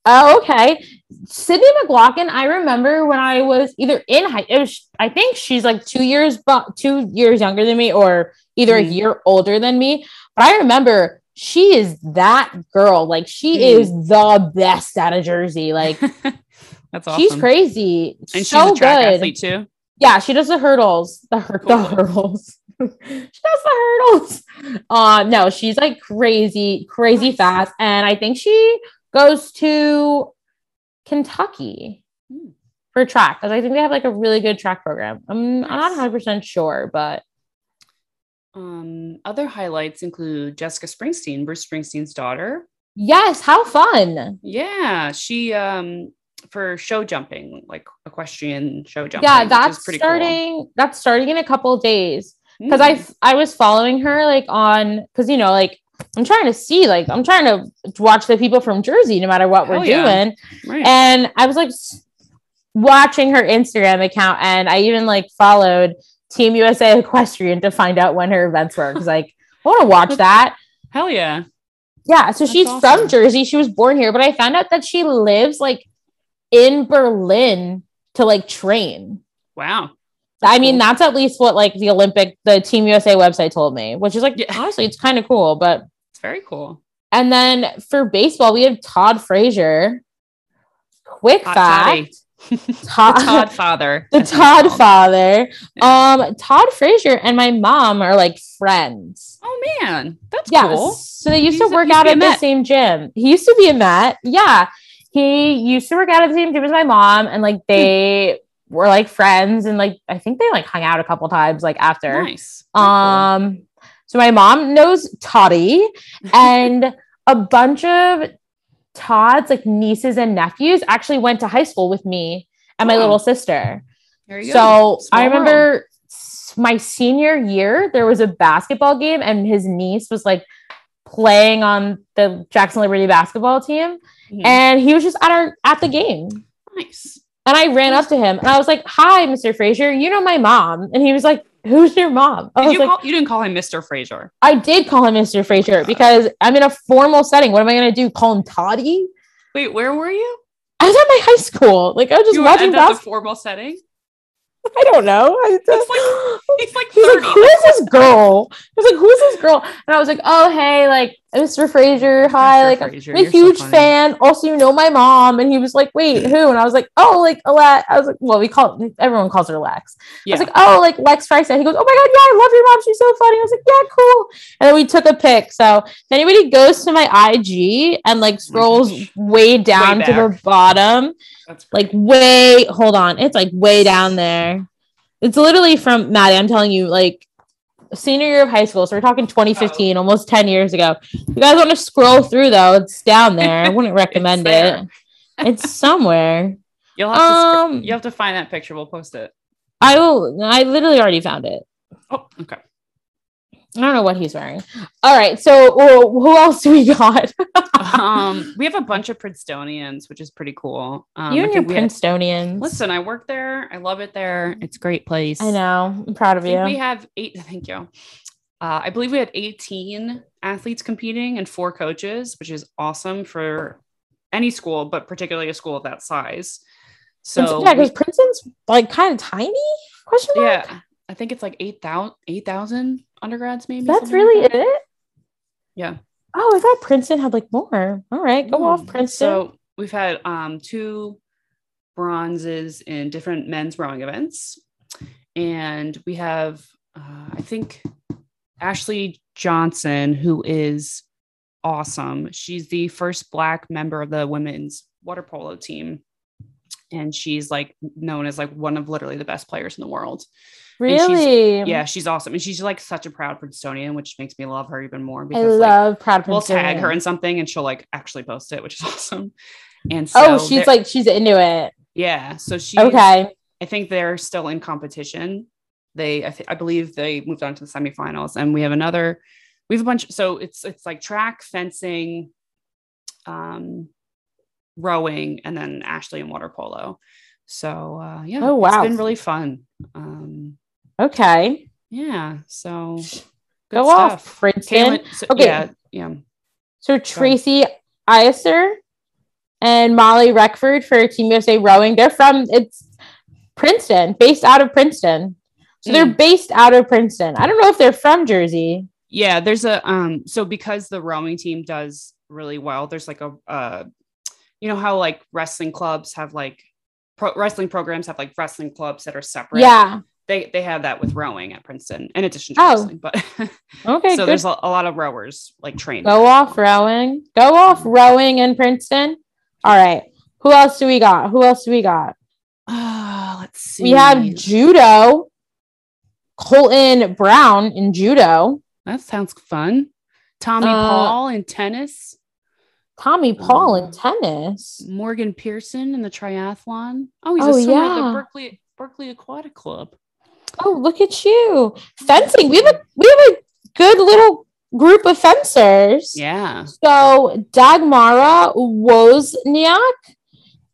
S2: Oh, okay. Sydney McLaughlin. I remember when I was either in high. It was, I think she's like two years, bu- two years younger than me, or either a
S1: Mhm.
S2: year older than me. But I remember she is that girl. Like she
S1: Mhm.
S2: is the best out of Jersey. Like
S1: That's awesome.
S2: she's crazy.
S1: And she's
S2: so
S1: a track
S2: good.
S1: athlete too.
S2: Yeah, she does the hurdles. The, hur- the
S1: Cool.
S2: hurdles. she does the hurdles. Uh, no, she's like crazy, crazy
S1: Nice.
S2: fast. And I think she goes to Kentucky
S1: Hmm.
S2: for track because I think they have like a really good track program. I'm, I'm not
S1: Nice.
S2: 100% sure, but
S1: Um, other highlights include Jessica Springsteen, Bruce Springsteen's daughter.
S2: yes, how fun.
S1: Yeah, she um for show jumping, like equestrian show jumping.
S2: Yeah,
S1: which is
S2: that's
S1: pretty
S2: starting. That's starting in a couple of days.
S1: cool.
S2: because I f- I was following her like on because you know like I'm trying to see like I'm trying to watch the people from Jersey no matter what we're
S1: Hell yeah.
S2: doing
S1: Mm, right.
S2: and I was like s- watching her Instagram account and I even like followed Team USA Equestrian to find out when her events were. Because like, I want to watch that.
S1: Hell yeah.
S2: Yeah, so
S1: That's
S2: she's
S1: awesome.
S2: from Jersey. She was born here, but I found out that she lives like in Berlin to like train.
S1: Wow.
S2: I mean, that's at least what like the Olympic, the Team USA website told me, which is like
S1: Yeah.
S2: honestly, it's kind of cool. But
S1: It's very cool.
S2: and then for baseball, we have Todd Frazier. Quick
S1: Hot
S2: fact,
S1: toddy.
S2: Todd,
S1: The Todd father.
S2: the
S1: as he's
S2: Todd
S1: called.
S2: father. Um, Todd Frazier and my mom are like friends.
S1: Oh man, that's
S2: Yeah,
S1: cool.
S2: so they used
S1: He used
S2: to
S1: to-
S2: work
S1: used to
S2: out
S1: be a
S2: at the
S1: Met.
S2: same gym. He used to be a Met. Yeah, he used to work out at the same gym as my mom, and
S1: Hmm.
S2: like they were like friends, and like I think they like hung out a couple times like after.
S1: Nice. Very cool.
S2: Um, so my mom knows Toddy and a bunch of Todd's like nieces and nephews actually went to high school with me and my
S1: Oh.
S2: little sister.
S1: There you go.
S2: So
S1: Small
S2: I
S1: world.
S2: remember s- my senior year, there was a basketball game, and his niece was like playing on the Jackson Liberty basketball team,
S1: Mhm.
S2: and he was just at our at the game.
S1: nice.
S2: And I ran up to him and I was like, "Hi, Mr. Frazier, you know my mom." And he was like, "Who's your mom?" I
S1: Did
S2: was
S1: you
S2: like,
S1: call, you didn't call him Mr. Fraser.
S2: I did call him Mr. Frazier
S1: God.
S2: because I'm in a formal setting. What am I going to do? Call him Toddy?
S1: Wait, where were you?
S2: I was at my high school. Like, I was just
S1: you were at
S2: watching
S1: the
S2: basketball.
S1: formal setting.
S2: I don't know. I
S1: It's He's like
S2: He's like,
S1: 30.
S2: who is this girl? He was like, who is this girl? And I was like, oh, hey, like, Mr. Frazier, hi.
S1: Mr.
S2: Like,
S1: Frazier,
S2: I'm a
S1: you're so
S2: huge
S1: funny.
S2: fan. Also, you know my mom. And he was like, wait, who? And I was like, oh, like, Alex. I was like, well, we call, everyone calls her Lex.
S1: yeah.
S2: I was like, oh, like Lex Friesen. He goes, oh my God, yeah, I love your mom. She's so funny. I was like, yeah, cool. And then we took a pic. So if anybody goes to my IG and like scrolls
S1: gosh.
S2: way down to the
S1: Mm-hmm. back.
S2: bottom,
S1: That's great.
S2: like way, hold on, it's like way down there. It's literally from Maddie, I'm telling you, like senior year of high school. So we're talking 2015,
S1: Oh.
S2: almost 10 years ago. If you guys want to scroll through though, it's down there. I wouldn't recommend
S1: there.
S2: it. It's somewhere.
S1: you'll have to
S2: um,
S1: scr- you have to find that picture. We'll post it.
S2: I will, I literally already found it.
S1: Oh, okay.
S2: I don't know what he's wearing. All right, so well, who else do we got?
S1: um, we have a bunch of Princetonians, which is pretty cool. Um,
S2: you
S1: I
S2: and your
S1: think we had-
S2: Princetonians.
S1: Listen, I work there. I love it there. It's a great place.
S2: I know. I'm proud of
S1: I think we
S2: you.
S1: have eight. Thank you. Uh, I believe we had 18 athletes competing and four coaches, which is awesome for any school, but particularly a school of that size. So,
S2: So, yeah, because Princeton's like kind of tiny. Question
S1: we-
S2: mark.
S1: yeah, I think it's like 8,000 8,000 undergrads, maybe.
S2: that's
S1: something like
S2: really
S1: that.
S2: it.
S1: Yeah.
S2: Oh, I thought Princeton had like more. All right, go off
S1: Mm.
S2: Princeton.
S1: So we've had um, two bronzes in different men's rowing events, and we have uh, I think Ashley Johnson, who is awesome. She's the first black member of the women's water polo team. And she's like known as like one of literally the best players in the world. and she's-
S2: really?
S1: Yeah, she's awesome. And she's like such a proud Princetonian, which makes me love her even more
S2: I
S1: because like,
S2: love proud
S1: we'll
S2: Princeton.
S1: tag her in something and she'll like actually post it, which is awesome. And so
S2: oh, she's
S1: they're-
S2: like she's into it.
S1: yeah. So she
S2: Okay.
S1: I think they're still in competition. They I, th- I believe they moved on to the semifinals, and we have another. We have a bunch. So it's it's like track, fencing, um, rowing, and then Ashley and water polo. So uh, yeah,
S2: Oh,
S1: it's
S2: wow.
S1: been really fun. Um,
S2: Okay.
S1: yeah. So good
S2: Go off
S1: stuff.
S2: Princeton.
S1: Caitlin, so,
S2: Okay.
S1: Yeah. Yeah.
S2: So Tracy Iser and Molly Reckford for Team USA Rowing. They're from it's Princeton, based out of Princeton. So
S1: Hmm.
S2: they're based out of Princeton. I don't know if they're from Jersey.
S1: Yeah, there's a um so because the rowing team does really well, there's like a uh you know how like wrestling clubs have like pro- wrestling programs have like wrestling clubs that are separate.
S2: Yeah.
S1: They they have that with rowing at Princeton in addition to
S2: Oh.
S1: wrestling, but
S2: Okay.
S1: so
S2: good.
S1: there's a, a lot of rowers like trained.
S2: Go off rowing. Go off rowing in Princeton. All right. Who else do we got? Who else do we got?
S1: Ah, let's see.
S2: We have judo. Colton Brown in judo.
S1: that sounds fun. Tommy
S2: Uh,
S1: Paul in tennis,
S2: Tommy Paul in
S1: Um,
S2: tennis.
S1: Morgan Pearson in the triathlon. Oh, he's
S2: Oh,
S1: a swimmer at the
S2: yeah.
S1: Berkeley Berkeley Aquatic Club.
S2: Oh, look at you. Fencing. We have a we have a good little group of fencers.
S1: Yeah.
S2: So Dagmara Wozniak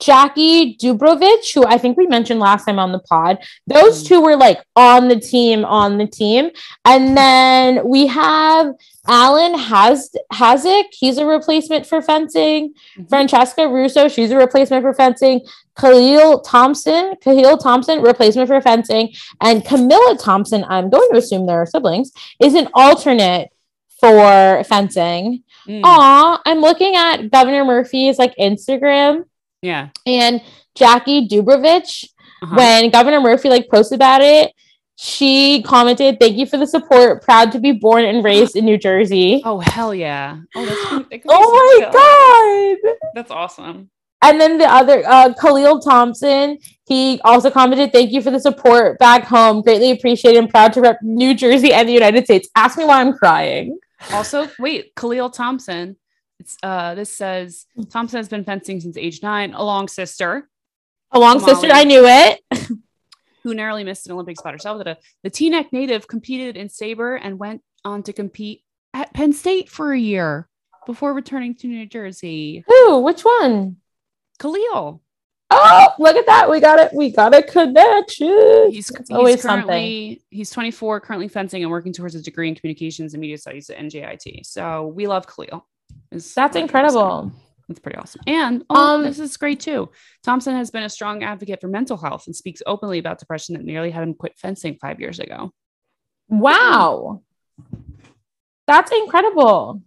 S2: Jackie Dubrovich, who I think we mentioned last time on the pod. Those two were like on the team, on the team. And then we have Alan Has Hasek. He's a replacement for fencing.
S1: Mhm.
S2: Francesca Russo. She's a replacement for fencing. Khalil Thompson. Khalil Thompson, replacement for fencing. And Camilla Thompson. I'm going to assume they're siblings. Is an alternate for fencing.
S1: Mm,
S2: Aw, I'm looking at Governor Murphy's like Instagram
S1: yeah.
S2: and Jackie Dubrovich.
S1: Uh-huh.
S2: When Governor Murphy like posted about it, she commented, "Thank you for the support. Proud to be born and raised in New Jersey." Oh,
S1: oh hell yeah! Oh, that's gonna- that could be
S2: my
S1: so good.
S2: god!
S1: That's awesome.
S2: And then the other uh, Khalil Thompson, he also commented, "Thank you for the support back home. Greatly appreciated and proud to rep New Jersey and the United States." Ask me why I'm crying.
S1: Also, wait, Khalil Thompson. It's uh, this says Thompson has been fencing since age nine, a long sister.
S2: A long sister,
S1: Molly.
S2: I knew it.
S1: who narrowly missed an Olympic spot herself. da, da. The Teaneck native competed in saber and went on to compete at Penn State for a year before returning to New Jersey.
S2: Who? Which one?
S1: Khalil,
S2: Oh, look at that. We got it. We got a connection.
S1: he's, he's
S2: always
S1: currently he's 24, currently fencing and working towards a degree in communications and media studies at NJIT. So we love Khalil. Is-
S2: That's incredible.
S1: That's pretty awesome. And oh,
S2: Um,
S1: this is great too. Thompson has been a strong advocate for mental health and speaks openly about depression that nearly had him quit fencing five years ago.
S2: Wow. That's incredible.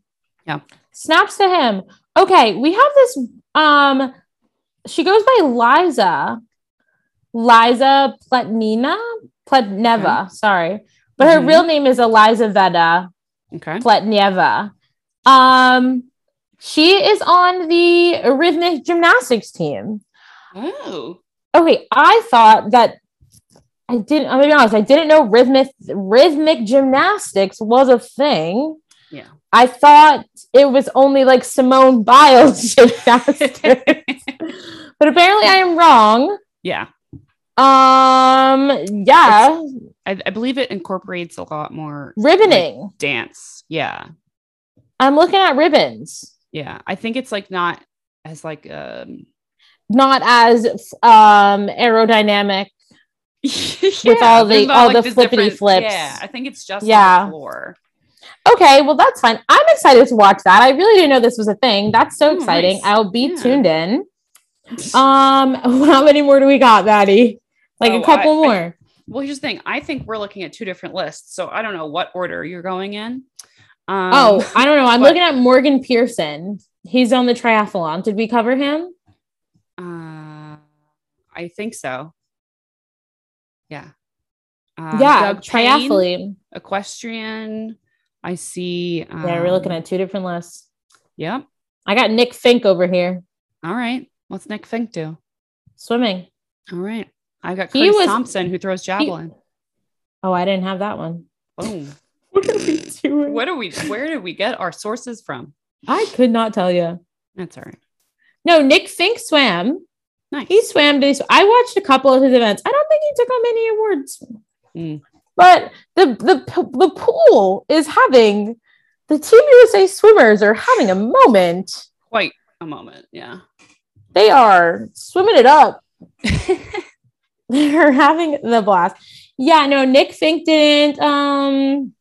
S1: Yeah.
S2: Snaps to him. Okay, we have this um she goes by Liza. Liza Pletnina, Pletneva, sorry. But her
S1: Mhm.
S2: real name is Eliza Veda
S1: Okay.
S2: Pletneva. Um she is on the rhythmic gymnastics team.
S1: Oh.
S2: okay, I thought that I didn't. I'm gonna be honest. I didn't know rhythmic rhythmic gymnastics was a thing.
S1: Yeah.
S2: I thought it was only like Simone Biles gymnastics, but apparently I am wrong.
S1: Yeah.
S2: Um, yeah,
S1: I, I believe it incorporates a lot more
S2: ribboning.
S1: dance. Yeah.
S2: I'm looking at ribbons,
S1: Yeah. I think it's like not as like um
S2: not as um aerodynamic.
S1: with
S2: all the- all the flippity flips.
S1: Yeah. I think it's just yeah.
S2: Yeah.
S1: the floor.
S2: Okay, well that's fine. I'm excited to watch that. I really didn't know this was a thing. That's so
S1: Oh,
S2: exciting.
S1: nice.
S2: I'll be
S1: Yeah.
S2: tuned in. Um, how many more do we got, Maddie? Like
S1: Oh,
S2: a couple
S1: I- I-
S2: more.
S1: Well, here's the thing. I think we're looking at two different lists. So I don't know what order you're going in. Um,
S2: oh, I don't know. I'm
S1: but-
S2: looking at Morgan Pearson. He's on the triathlon. Did we cover him?
S1: uh, I think so. Yeah. Um,
S2: yeah,
S1: Doug Payne,
S2: triathlete.
S1: equestrian. I see. Um,
S2: yeah, we're looking at two different lists.
S1: Yep.
S2: I got Nick Fink over here
S1: All right. What's Nick Fink do?
S2: swimming.
S1: All right. I've got
S2: He
S1: Curtis
S2: was-
S1: Thompson who throws javelin.
S2: Oh, I didn't have that one.
S1: Boom.
S2: What are we doing?
S1: What do we where did we get our sources from?
S2: I could not tell you.
S1: That's all right.
S2: No, Nick Fink swam.
S1: Nice.
S2: He swam to. I watched a couple of his events. I don't think he took home any awards.
S1: Mm.
S2: But the the p- the pool is having the Team USA swimmers are having a moment.
S1: Quite a moment. Yeah.
S2: They are swimming it up. They're having the blast. Yeah, no, Nick Fink didn't. Um,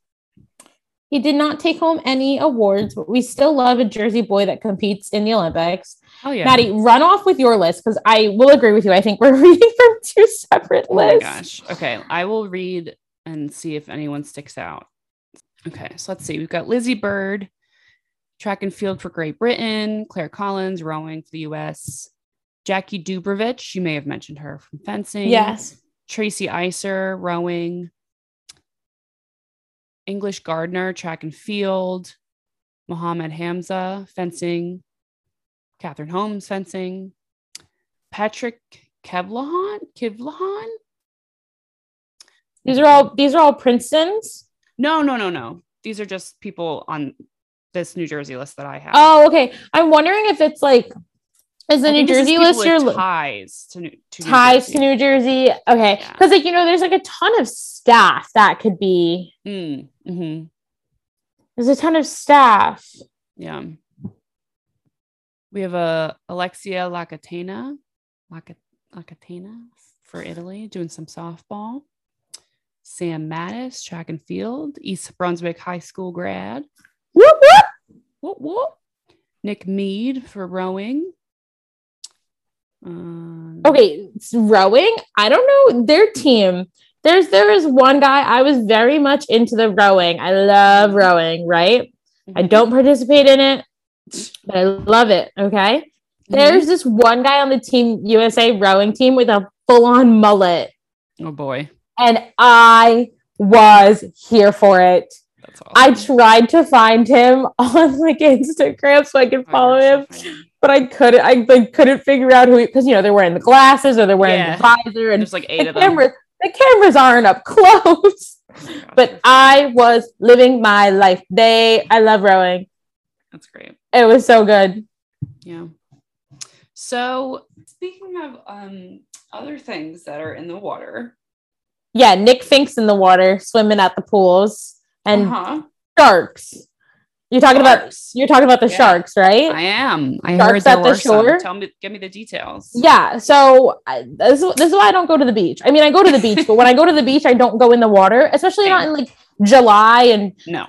S2: he did not take home any awards, but we still love a Jersey boy that competes in the Olympics.
S1: Oh yeah.
S2: Maddie, run off with your list because I will agree with you. I think we're reading from two separate
S1: oh my
S2: lists.
S1: gosh. Okay. I will read and see if anyone sticks out. Okay. So let's see. We've got Lizzie Bird, track and field for Great Britain, Claire Collins, rowing for the US, Jackie Dubrovich, you may have mentioned her from fencing.
S2: Yes.
S1: Tracy Iser, rowing, English Gardner, track and field, Mohammed Hamza, fencing, Catherine Holmes, fencing, Patrick Kevlahan, Kivlahan?
S2: These are all these are all Princeton's.
S1: No, no, no, no. These are just people on this New Jersey list that I have.
S2: Oh, okay. I'm wondering if it's like is the
S1: I
S2: New
S1: think this is
S2: Jersey
S1: people
S2: list
S1: with
S2: your
S1: ties to New, to New
S2: ties to
S1: Jersey.
S2: New Jersey? Okay.
S1: Yeah.
S2: Because like you know, there's like a ton of staff that could be
S1: Mm, mhm,
S2: there's a ton of staff.
S1: Yeah. We have a uh, Alexia Lacatena. Laca- Lacatena for Italy, doing some softball. Sam Mattis, track and field, East Brunswick High School grad.
S2: Whoop, whoop.
S1: Whoop, whoop. Nick Mead for rowing. Um,
S2: Okay, it's rowing. I don't know their team. There's there is one guy I was very much into the rowing. I love rowing, right? I don't participate in it, but I love it. Okay.
S1: Mm-hmm.
S2: There's this one guy on the team USA rowing team with a full-on mullet.
S1: Oh boy,
S2: And I was here for it.
S1: that's awesome.
S2: I tried to find him on like Instagram so I could
S1: Oh,
S2: follow
S1: you're
S2: him
S1: so funny.
S2: but I couldn't. I like couldn't figure out who because you know they're wearing the glasses or they're wearing
S1: Yeah.
S2: the visor and
S1: There's like eight
S2: the
S1: of them.
S2: cameras. The cameras aren't up close.
S1: Oh my gosh,
S2: But I was living my life. They, I love rowing.
S1: that's great.
S2: It was so good.
S1: Yeah. So speaking of um other things that are in the water,
S2: Yeah, Nick Fink's in the water swimming at the pools and
S1: uh-huh.
S2: sharks. You're talking about
S1: Sharks.
S2: you're talking about the
S1: Yeah.
S2: sharks, right?
S1: I am. I
S2: Sharks
S1: heard there
S2: at the
S1: were some.
S2: shore?
S1: Tell me, give me the details.
S2: Yeah, so I, this, is- this is why I don't go to the beach. I mean, I go to the beach, but when I go to the beach, I don't go in the water, especially not in like July and
S1: No.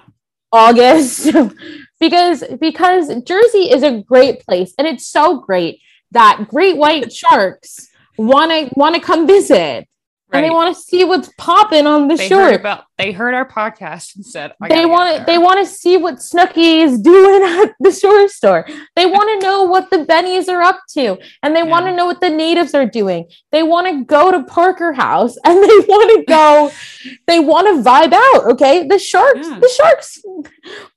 S2: August because because Jersey is a great place and it's so great that great white sharks want to want to come visit and they
S1: Right.
S2: want to see what's popping on the
S1: they
S2: shore.
S1: heard about. They heard our podcast and said I
S2: they
S1: gotta get
S2: want to they
S1: there.
S2: want to see what Snooki is doing at the shore store. They want to know what the Bennies are up to, and they want to know what the natives are doing. They want to go to Parker House, and they want to go. they want to vibe out. Okay, the sharks,
S1: Yeah.
S2: the sharks.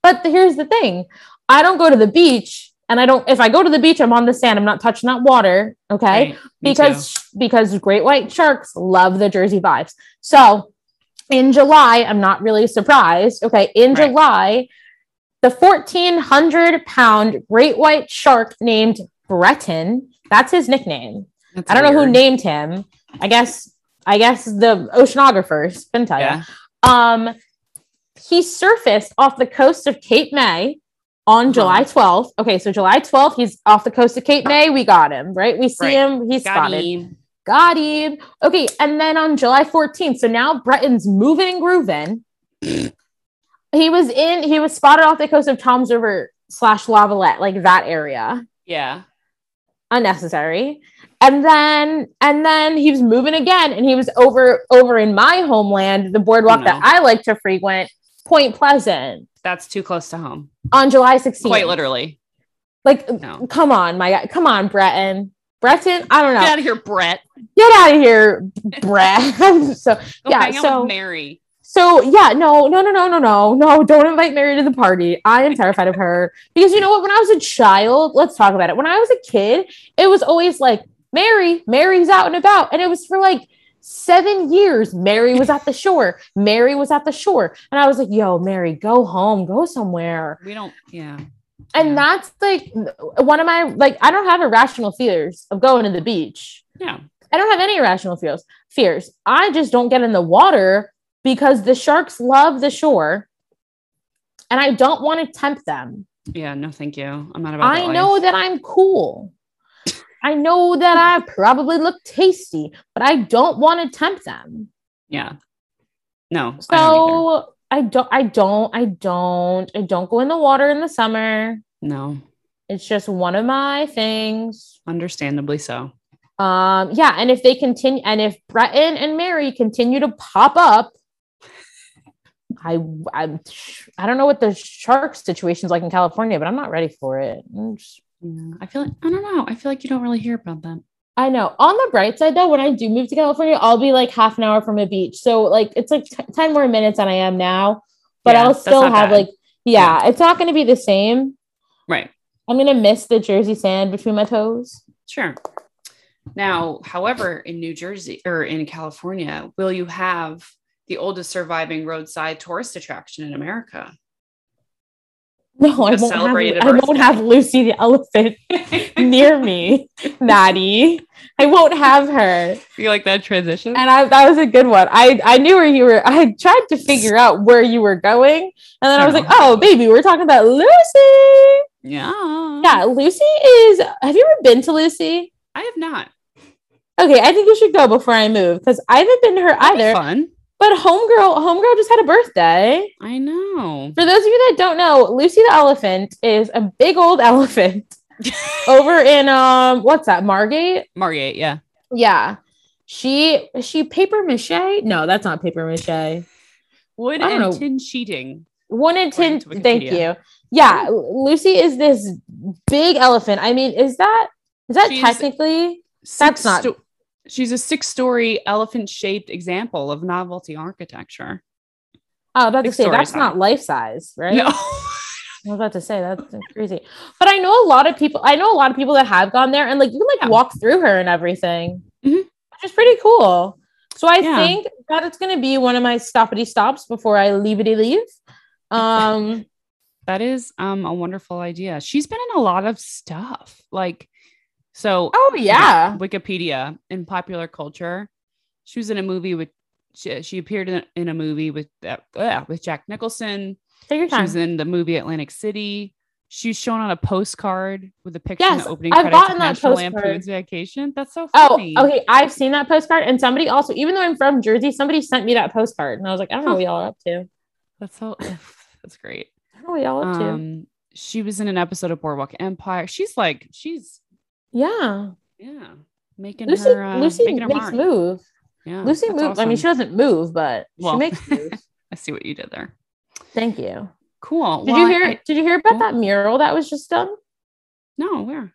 S2: But here's the thing: I don't go to the beach, and I don't. If I go to the beach, I'm on the sand. I'm not touching that water. Okay,
S1: Right. Me
S2: because because great white sharks love the Jersey vibes. So in July, I'm not really surprised. Okay, in
S1: Right.
S2: July, the 1,400 pound great white shark named Breton. That's his nickname.
S1: too. That's
S2: I don't know who
S1: weird.
S2: named him. I guess I guess the oceanographers can tell
S1: Yeah.
S2: you. Um, he surfaced off the coast of Cape May on
S1: Uh-huh.
S2: July 12th. Okay, so July 12th, he's off the coast of Cape May. We got him, right? We see
S1: Right.
S2: him. He's
S1: Got
S2: spotted.
S1: him.
S2: Got him. Okay, and then on July 14th, so now Breton's moving and grooving. he was in, he was spotted off the coast of Tom's River slash Lavalette, like that area.
S1: Yeah.
S2: Unnecessary. And then and then he was moving again, and he was over over in my homeland, the boardwalk
S1: no.
S2: that I like to frequent, Point Pleasant,
S1: That's too close to home.
S2: on July 16th.
S1: Quite literally.
S2: Like
S1: No.
S2: come on, my guy. Come on, Breton. Breton, I don't know.
S1: Get out of here, Brett.
S2: Get out of here, Brett. so
S1: Go
S2: Yeah,
S1: hang out
S2: so-
S1: with Mary.
S2: So yeah, no, no, no, no, no, no, no. Don't invite Mary to the party. I am terrified of her because you know what? When I was a child, let's talk about it. When I was a kid, it was always like Mary, Mary's out and about, and it was for like seven years. Mary was at the shore. Mary was at the shore, and I was like, "Yo, Mary, go home, go somewhere."
S1: We don't. Yeah.
S2: And
S1: Yeah.
S2: that's like one of my like. I don't have irrational fears of going to the beach.
S1: Yeah.
S2: I don't have any irrational fears. Fears. I just don't get in the water because the sharks love the shore, and I don't want to tempt them.
S1: Yeah. No, thank you. I'm not about.
S2: I know
S1: life.
S2: that I'm cool. I know that I probably look tasty, but I don't want to tempt them.
S1: Yeah. No. I don't either.
S2: So I don't. I don't. I don't. I don't go in the water in the summer.
S1: no.
S2: It's just one of my things.
S1: Understandably so.
S2: Um, yeah, and if they continue, and if Breton and Mary continue to pop up, I I'm I don't know what the shark situation's like in California, but I'm not ready for it. I'm just-
S1: Yeah. I feel like I don't know. I feel like you don't really hear about them.
S2: I know. On the bright side, though, when I do move to California, I'll be like half an hour from a beach, so like it's like t- ten more minutes than I am now, but
S1: Yeah,
S2: I'll
S1: that's
S2: still
S1: not
S2: have
S1: bad.
S2: like yeah, it's not going to be the same.
S1: Right.
S2: I'm gonna miss the Jersey sand between my toes.
S1: Sure. Now, however, in New Jersey or in California, will you have the oldest surviving roadside tourist attraction in America?
S2: No, I
S1: Just
S2: won't, have,
S1: celebrated
S2: I won't
S1: birthday.
S2: have Lucy the elephant near me, Natty. I won't have her.
S1: you like that transition?
S2: And I, that was a good one. I, I knew where you were. I tried to figure out where you were going. And then I was like, oh, baby, we're talking about Lucy.
S1: Yeah.
S2: Yeah, Lucy is. Have you ever been to Lucy?
S1: I have not.
S2: Okay, I think you should go before I move because I haven't been to her
S1: That'd be
S2: either.
S1: Fun.
S2: But homegirl, homegirl just had a birthday.
S1: I know.
S2: For those of you that don't know, Lucy the elephant is a big old elephant over in um what's that Margate?
S1: Margate, yeah.
S2: Yeah, she is she paper mache? No, that's not paper mache.
S1: Wood
S2: I don't
S1: and
S2: know.
S1: tin sheeting.
S2: One in ten.
S1: According to
S2: Thank
S1: Wikipedia.
S2: you. Yeah, Lucy is this big elephant. I mean, is that is that
S1: She's-
S2: technically? That's not-
S1: sto- She's a six-story elephant-shaped example of novelty architecture.
S2: Oh, I was about to
S1: big
S2: say
S1: story
S2: that's
S1: time.
S2: not life size, right?
S1: No.
S2: I was about to say that's crazy, but I know a lot of people. I know a lot of people that have gone there, and like you can like
S1: Yeah.
S2: walk through her and everything,
S1: Mhm.
S2: which is pretty cool. So I
S1: Yeah.
S2: think that it's going to be one of my stoppity stops before I leavey leave. Um,
S1: That is um a wonderful idea. She's been in a lot of stuff. Like so
S2: oh yeah,
S1: Wikipedia in popular culture. She was in a movie with she, she appeared in a, in a movie with uh, uh, with Jack Nicholson.
S2: take your
S1: She
S2: time.
S1: was in the movie Atlantic City. She's shown on a postcard with a picture in
S2: Yes,
S1: the opening
S2: I've
S1: credits
S2: gotten
S1: of
S2: that
S1: National
S2: postcard.
S1: Lampoon's Vacation. That's so
S2: Oh,
S1: funny.
S2: okay. I've seen that postcard, and somebody also, even though I'm from Jersey, somebody sent me that postcard, and I was like, I don't know what y'all are up to.
S1: That's so that's great.
S2: I don't know what y'all up to.
S1: Um, she was in an episode of Boardwalk Empire. She's like she's
S2: Yeah,
S1: yeah making
S2: Lucy.
S1: her uh,
S2: Lucy
S1: making her
S2: makes
S1: mark.
S2: move.
S1: Yeah,
S2: Lucy
S1: that's
S2: moves. I mean, she
S1: awesome.
S2: doesn't move, but
S1: Well.
S2: she makes moves.
S1: I see what you did there.
S2: Thank you.
S1: Cool.
S2: Did
S1: Well,
S2: you
S1: I-
S2: hear?
S1: I-
S2: did you hear about
S1: Oh.
S2: that mural that was just done?
S1: no, where?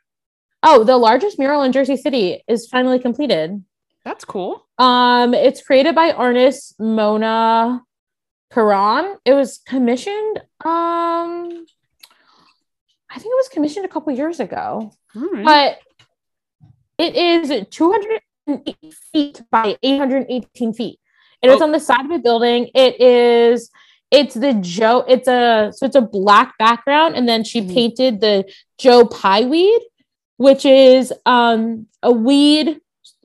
S2: Oh, the largest mural in Jersey City is finally completed.
S1: That's cool.
S2: Um, it's created by artist Mona Karan. It was commissioned. Um, I think it was commissioned a couple years ago,
S1: All right.
S2: but it is 208 feet by 818 feet. It is
S1: Oh.
S2: on the side of a building. It is. It's the Joe. It's a so it's a black background, and then she
S1: Mhm.
S2: painted the Joe pie weed, which is um a weed.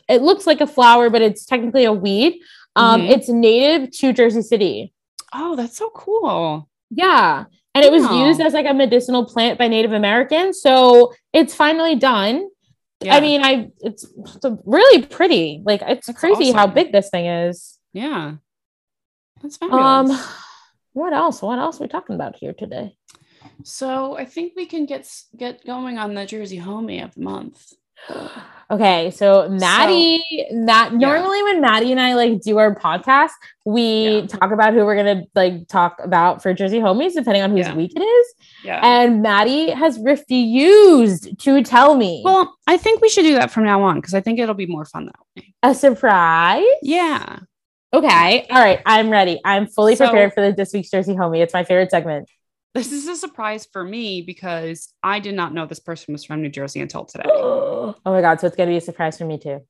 S2: It looks like a flower, but it's technically a weed. Um,
S1: Mhm.
S2: it's native to Jersey City.
S1: oh, that's so cool.
S2: Yeah. And it was
S1: Wow.
S2: used as like a medicinal plant by Native Americans. So it's finally done.
S1: Yeah.
S2: I mean, I it's, it's really pretty. Like it's
S1: That's
S2: crazy how
S1: awesome.
S2: big this thing is.
S1: yeah, that's
S2: Um,
S1: fabulous.
S2: what else? What else are we talking about here today?
S1: so I think we can get s- get going on the Jersey homie of the month.
S2: Okay, so Maddie, Matt. Normally, when Maddie and I like do our podcast, we
S1: Yeah.
S2: talk about who we're gonna like talk about for Jersey homies, depending on whose
S1: Yeah.
S2: week it is.
S1: Yeah.
S2: And Maddie has refused to tell me.
S1: well, I think we should do that from now on because I think it'll be more fun that way.
S2: a surprise.
S1: Yeah.
S2: Okay. All right. I'm ready. I'm fully
S1: So-
S2: prepared for the this week's Jersey homie. It's my favorite segment.
S1: This is a surprise for me because I did not know this person was from New Jersey until today.
S2: oh my god! So it's gonna be a surprise for me too.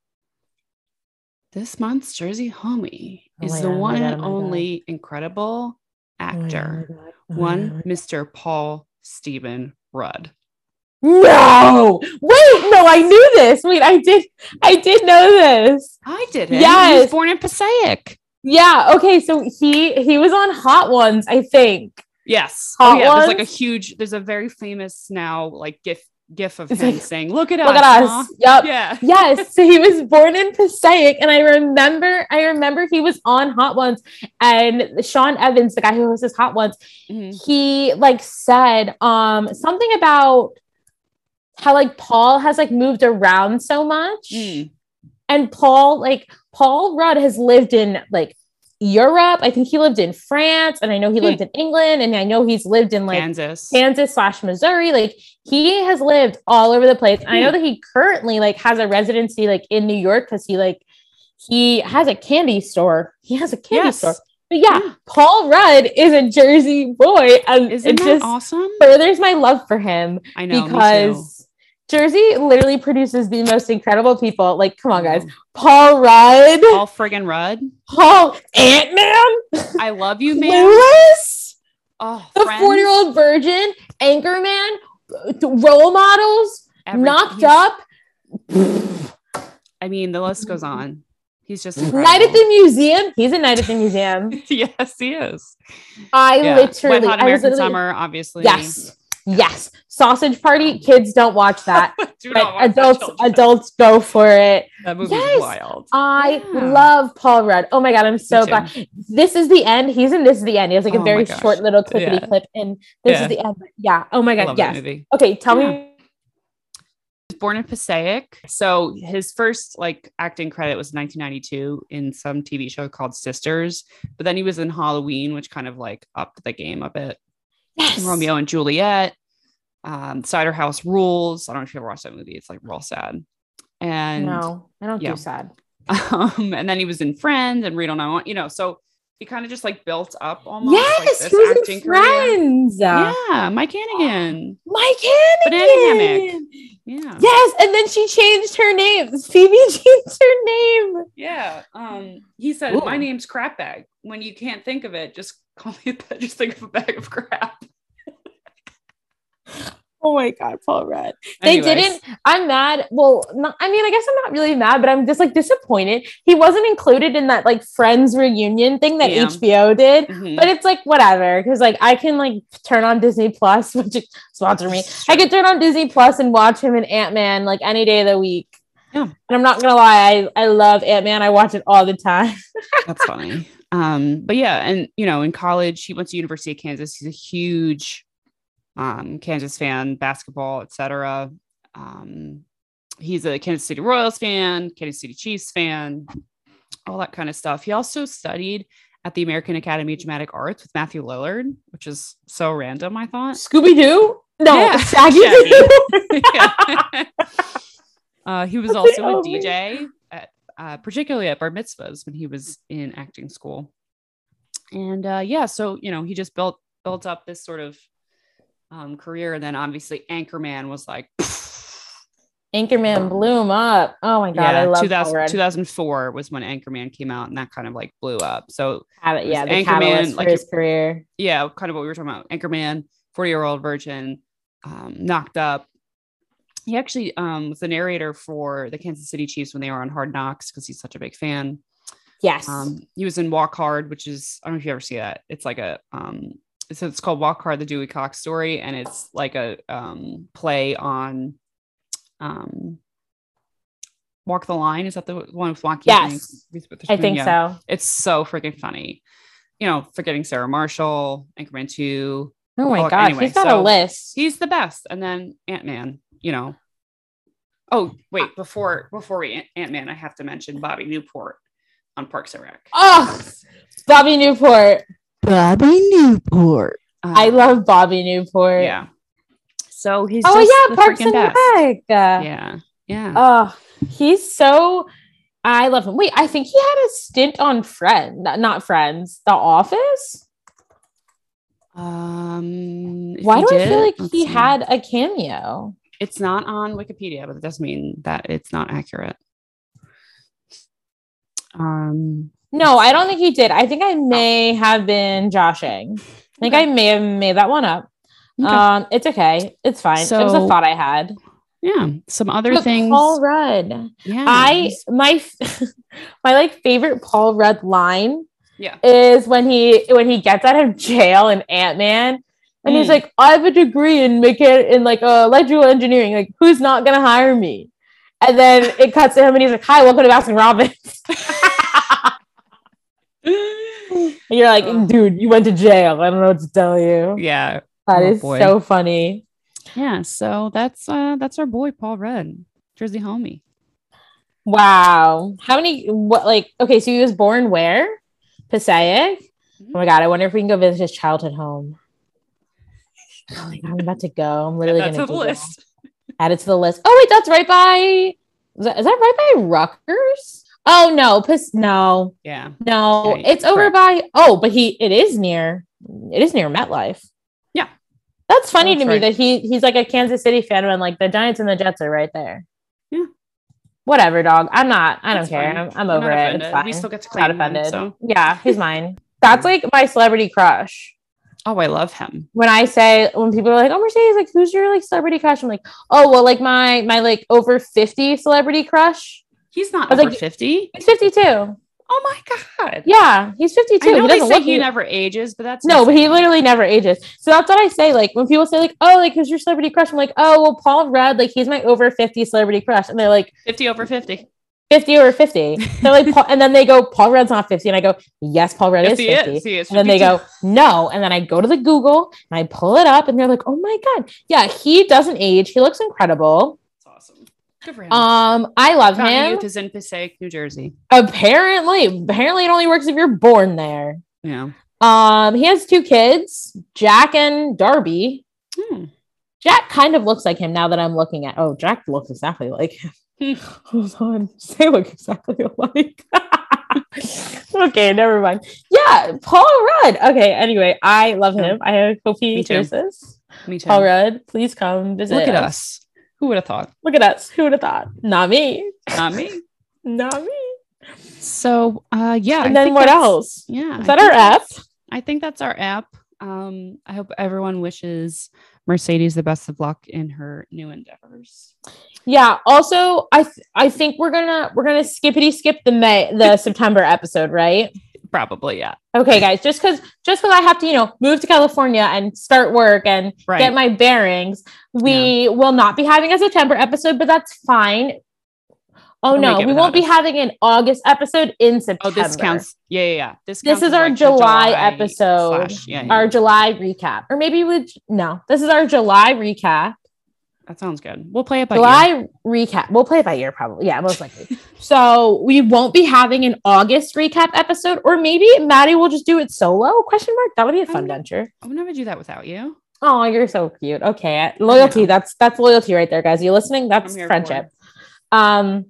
S1: This month's Jersey homie
S2: Oh
S1: is
S2: my
S1: the
S2: God, oh my
S1: one
S2: God,
S1: and
S2: oh my God. Oh
S1: only incredible actor, Oh one Mr. Paul Stephen Rudd.
S2: No. Wait. No. I knew this. Wait. I did. I did know this.
S1: I did it. He
S2: Yes.
S1: was born in Passaic.
S2: Yeah. Okay. So he he was on Hot Ones, I think.
S1: Yes.
S2: Hot
S1: oh yeah. There's like a
S2: ones?
S1: huge. There's a very famous now like gif gif of
S2: It's
S1: him
S2: like,
S1: saying, "Look at us."
S2: Look at us.
S1: huh?"
S2: Yep.
S1: Yeah.
S2: Yes. So he was born in Passaic, and I remember I remember he was on Hot Ones, and Sean Evans, the guy who hosts Hot Ones,
S1: Mhm.
S2: he like said um something about how like Paul has like moved around so much
S1: Mm.
S2: and Paul like Paul Rudd has lived in like Europe. I think he lived in France and I know he
S1: Hmm.
S2: lived in England and I know he's lived in like
S1: Kansas.
S2: Kansas slash Missouri. Like he has lived all over the place. And I
S1: Hmm.
S2: know that he currently like has a residency like in New York because he like he has a candy store. He has a candy
S1: Yes. Hmm.
S2: store. But yeah, Paul Rudd is a Jersey boy, and
S1: Isn't
S2: it
S1: that
S2: just
S1: awesome?
S2: furthers my love for him
S1: I know. me too.
S2: because Jersey literally produces the most incredible people. Like, come on, guys,
S1: I know.
S2: Paul Rudd,
S1: Paul friggin' Rudd.
S2: Paul Ant Man,
S1: I love you, man.
S2: Clueless,
S1: Oh,
S2: the
S1: Friends,
S2: Forty Year Old Virgin, Anchorman, th- Role Models,
S1: every-
S2: Knocked
S1: he's-
S2: Up,
S1: I mean, the list goes on. He's just
S2: Night at
S1: incredible.
S2: the Museum. He's a Night at the Museum.
S1: yes, he is.
S2: I
S1: Yeah.
S2: literally,
S1: Wet Hot
S2: I was
S1: American
S2: literally,
S1: Summer, obviously.
S2: yes. Yes, sausage party. Kids don't watch that.
S1: Do
S2: but
S1: not watch that,
S2: adults,
S1: children.
S2: adults go for it.
S1: That movie's
S2: Yes. Oh
S1: wild.
S2: I
S1: Yeah.
S2: love Paul Rudd. Oh my god, I'm so
S1: Me too.
S2: glad. This is the end. He's in this is the end. He has like
S1: Oh
S2: a
S1: my
S2: very
S1: gosh.
S2: short little clippity
S1: Yeah.
S2: clip, and this
S1: Yeah.
S2: is the end. Yeah. Oh my
S1: I
S2: god.
S1: love that
S2: Yes.
S1: movie.
S2: Okay. Tell
S1: Yeah.
S2: me.
S1: was born in Passaic. So his first like acting credit was 1992 in some TV show called Sisters. But then he was in Halloween, which kind of like upped the game a bit.
S2: Yes.
S1: Romeo and Juliet, um, Cider House Rules. I don't know if you ever watched that movie. It's like real sad. And
S2: no, I don't
S1: yeah.
S2: do sad.
S1: um, and then he was in Friends and Read All Night Long. You know, so he kind of just like built up almost. like,
S2: Yes,
S1: this
S2: he was in
S1: acting career.
S2: Friends.
S1: Yeah, Mike Hannigan.
S2: Mike
S1: Banana
S2: Hannigan.
S1: Yeah.
S2: Yes, and then she changed her name. Phoebe changed her name.
S1: Yeah. Um, he said,
S2: Ooh.
S1: My name's crap bag. When you can't think of it, just call me that. Just think of a bag of crap.
S2: Oh my God, Paul Rudd. They
S1: Anyways,
S2: didn't. I'm mad. Well, not, I mean, I guess I'm not really mad, but I'm just like disappointed. He wasn't included in that like Friends reunion thing that
S1: Yeah.
S2: HBO did.
S1: Mhm.
S2: But it's like whatever, because like I can like turn on Disney Plus, which is sponsor me. I could turn on Disney Plus and watch him in Ant Man like any day of the week.
S1: Yeah.
S2: And I'm not gonna lie, I, I love Ant Man. I watch it all the time.
S1: That's funny. Um, but yeah, and you know, in college, he went to University of Kansas. He's a huge um Kansas fan, basketball, etc. Um, he's a Kansas City Royals fan, Kansas City Chiefs fan, all that kind of stuff. He also studied at the American Academy of Dramatic Arts with Matthew Lillard, which is so random, I thought.
S2: Scooby Doo? No,
S1: Yeah.
S2: Shaggy
S1: Shaggy.
S2: Doo.
S1: uh, he was
S2: They
S1: also a
S2: owe me.
S1: DJ, at, uh, particularly at bar mitzvahs when he was in acting school. And uh, yeah, so you know, he just built built up this sort of um, career, and then obviously Anchorman was like,
S2: Anchorman blew him up. Oh my god, I
S1: yeah,
S2: love
S1: 2000
S2: Paul Rudd.
S1: 2004 was when Anchorman came out, and that kind of like blew up. So
S2: Have it- yeah, the
S1: Anchorman,
S2: catalyst for
S1: like,
S2: his career.
S1: yeah, kind of what we were talking about. Anchorman, 40 year old virgin, um, knocked up. He actually um, was the narrator for the Kansas City Chiefs when they were on Hard Knocks because he's such a big fan.
S2: Yes.
S1: Um, he was in Walk Hard, which is I don't know if you ever see that. It's like a um, so it's called Walk Hard: The Dewey Cox Story, and it's like a um, play on um, Walk the Line. Is that the one with Joaquin?
S2: Yes.
S1: Phoenix, Reese
S2: I
S1: Witherspoon?
S2: think
S1: Yeah.
S2: so.
S1: It's so freaking funny. You know, forgetting Sarah Marshall, Anchorman 2.
S2: Oh my
S1: Well,
S2: god,
S1: anyway,
S2: he's got a
S1: so-
S2: list.
S1: He's the best. And then Ant Man, you know. Oh, wait, before before we Ant Man, I have to mention Bobby Newport on Parks and Rec.
S2: Oh, Bobby Newport.
S3: Bobby Newport.
S1: Um,
S2: I love Bobby Newport.
S1: yeah. So he's
S2: oh
S1: just
S2: yeah,
S1: the
S2: Parks
S1: freaking
S2: and
S1: best.
S2: Rec.
S1: Yeah. Yeah.
S2: Oh, he's so. I love him. Wait, I think he had a stint on Friend, not- not Friends, The Office.
S1: um if
S2: Oh. Why
S1: he
S2: do I
S1: did-
S2: feel like
S1: let's
S2: he
S1: see.
S2: had a cameo?
S1: it's not on Wikipedia, but it doesn't mean that it's not accurate. Um
S2: No, I don't think he did. I think I may have been joshing. I think
S1: Oh. Okay.
S2: I may have made that one up.
S1: Okay.
S2: Um, it's okay. It's fine. it was a
S1: So,
S2: thought I had.
S1: yeah some other
S2: But
S1: things
S2: Paul Rudd.
S1: yeah
S2: I my f- my like favorite Paul Rudd line
S1: Yeah.
S2: is when he when he gets out of jail in Ant Man and he's
S1: Mm.
S2: like I have a degree in mechan- in like uh, electrical engineering like who's not gonna hire me and then it cuts to him and he's like hi welcome to Baskin Robbins and you're
S1: Ugh.
S2: like dude you went to jail I don't know what to tell you
S1: Oh. yeah
S2: That
S1: Oh,
S2: is
S1: boy.
S2: so funny
S1: yeah so that's uh that's our boy paul rudd jersey homie
S2: wow how many what like okay so he was born where Passaic
S1: Mm-hmm.
S2: Oh my god, I wonder if we can go visit his childhood home. Oh my god, I'm about to go. I'm literally
S1: that's
S2: gonna
S1: the
S2: Google.
S1: list
S2: add it to the list. Oh wait, that's right by is that, is that right by Rutgers? Oh no, piss no,
S1: yeah
S2: no,
S1: Okay,
S2: it's over by oh, but he it is near it is near MetLife.
S1: Yeah.
S2: That's funny
S1: That's
S2: to me
S1: right.
S2: that he he's like a Kansas City fan and like the Giants and the Jets are right there.
S1: Yeah.
S2: Whatever, dog. I'm not. I don't
S1: That's
S2: care.
S1: fine.
S2: I'm, I'm
S1: We're
S2: over
S1: not
S2: it. It's
S1: offended.
S2: fine.
S1: we still get to
S2: not
S1: claim
S2: offended.
S1: him, so
S2: Yeah, he's mine. That's like my celebrity crush
S1: oh i love him
S2: when I say when people are like, "Oh, Mercedes, like who's your like celebrity crush?" I'm like, "Oh, well, like my my like over fifty celebrity crush.
S1: he's not
S2: I was
S1: over
S2: like-
S1: 50
S2: He's fifty two.
S1: Oh my god.
S2: Yeah, he's 52.
S1: I know
S2: he
S1: they
S2: doesn't
S1: say
S2: look
S1: he
S2: it.
S1: never ages, but that's
S2: No, but he literally never ages. So that's what I say. Like when people say, like, oh, like who's your celebrity crush? I'm like, oh, well, Paul Rudd, like he's my over 50 celebrity crush. And they're like,
S1: 50 over 50.
S2: 50 or 50. They're like, Paul, and then they go, Paul Rudd's not 50. And I go, yes, Paul Rudd
S1: Yes,
S2: is
S1: he
S2: 50.
S1: is. He is.
S2: And then they
S1: 52.
S2: go, no. And then I go to the Google and I pull it up and they're like, oh my God. Yeah, he doesn't age. He looks incredible.
S1: That's awesome. Good for him.
S2: Um, I love
S1: Fountain
S2: him.
S1: Youth is in Passaic, New Jersey.
S2: Apparently, apparently it only works if you're born there.
S1: Yeah.
S2: Um, he has two kids, Jack and Darby.
S1: Hmm.
S2: Jack kind of looks like him now that I'm looking at. Oh, Jack looks exactly like him. Hold on, they look exactly alike. okay, never mind. Yeah, Paul Rudd. Okay, anyway, I love him. I hope he
S1: Me too.
S2: hears this.
S1: Me too.
S2: Paul Rudd, please come visit.
S1: Look at us. Who would have thought?
S2: Look at us. Who would have thought? Not me.
S1: Not me.
S2: Not me.
S1: So, uh, yeah.
S2: and
S1: I
S2: then
S1: think
S2: what
S1: that's-
S2: else?
S1: Yeah.
S2: Is
S1: I
S2: that
S1: think
S2: our app?
S1: I think that's our app. Um, I hope everyone wishes Mercedes the best of luck in her new endeavors.
S2: Yeah. Also, I th- I think we're gonna we're gonna skippity skip the May the September episode, right?
S1: Probably, yeah.
S2: okay guys just because just because i have to you know move to california and start work and
S1: Right.
S2: get my bearings we will not be having a september episode but that's fine oh
S1: We'll
S2: no
S1: make it
S2: we won't be
S1: without
S2: having an august episode in september
S1: oh, this counts. Yeah, yeah, yeah. This,
S2: This
S1: counts
S2: is
S1: as,
S2: our
S1: the
S2: July episode.
S1: slash- Yeah, yeah.
S2: our july recap or maybe we no this is our july recap
S1: that sounds good. We'll play it by
S2: July
S1: ear.
S2: recap. We'll play it by ear, probably. Yeah, most likely. so we won't be having an August recap episode, or maybe Maddie will just do it solo? Question mark. That would be a fun
S1: I'm-
S2: venture.
S1: I would never do that without you.
S2: Oh, you're so cute. Okay. Loyalty. That's that's loyalty right there, guys. You listening? That's
S1: I'm here for
S2: friendship. Um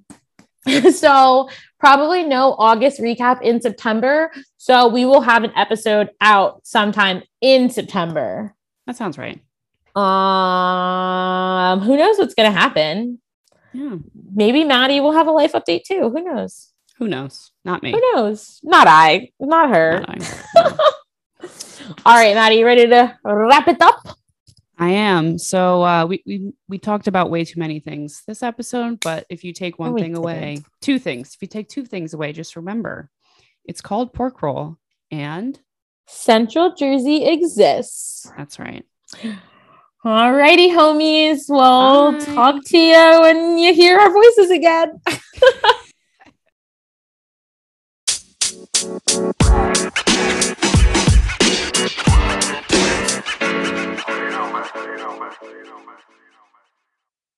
S2: so probably no August recap in September. So we will have an episode out sometime in September.
S1: That sounds right.
S2: Um who knows what's gonna happen?
S1: Yeah.
S2: Maybe Maddie will have a life update too. Who knows?
S1: Who knows? Not me.
S2: Who knows? Not I, not her.
S1: Not I. No.
S2: All right, Maddie, you ready to wrap it up?
S1: I am. So uh, we we we talked about way too many things this episode, but if you take one
S2: we
S1: thing away, two things. If you take two things away, just remember, it's called pork roll, and
S2: Central Jersey exists.
S1: that's right.
S2: Alrighty, homies. Well,
S1: Bye.
S2: talk to you when you hear our voices again.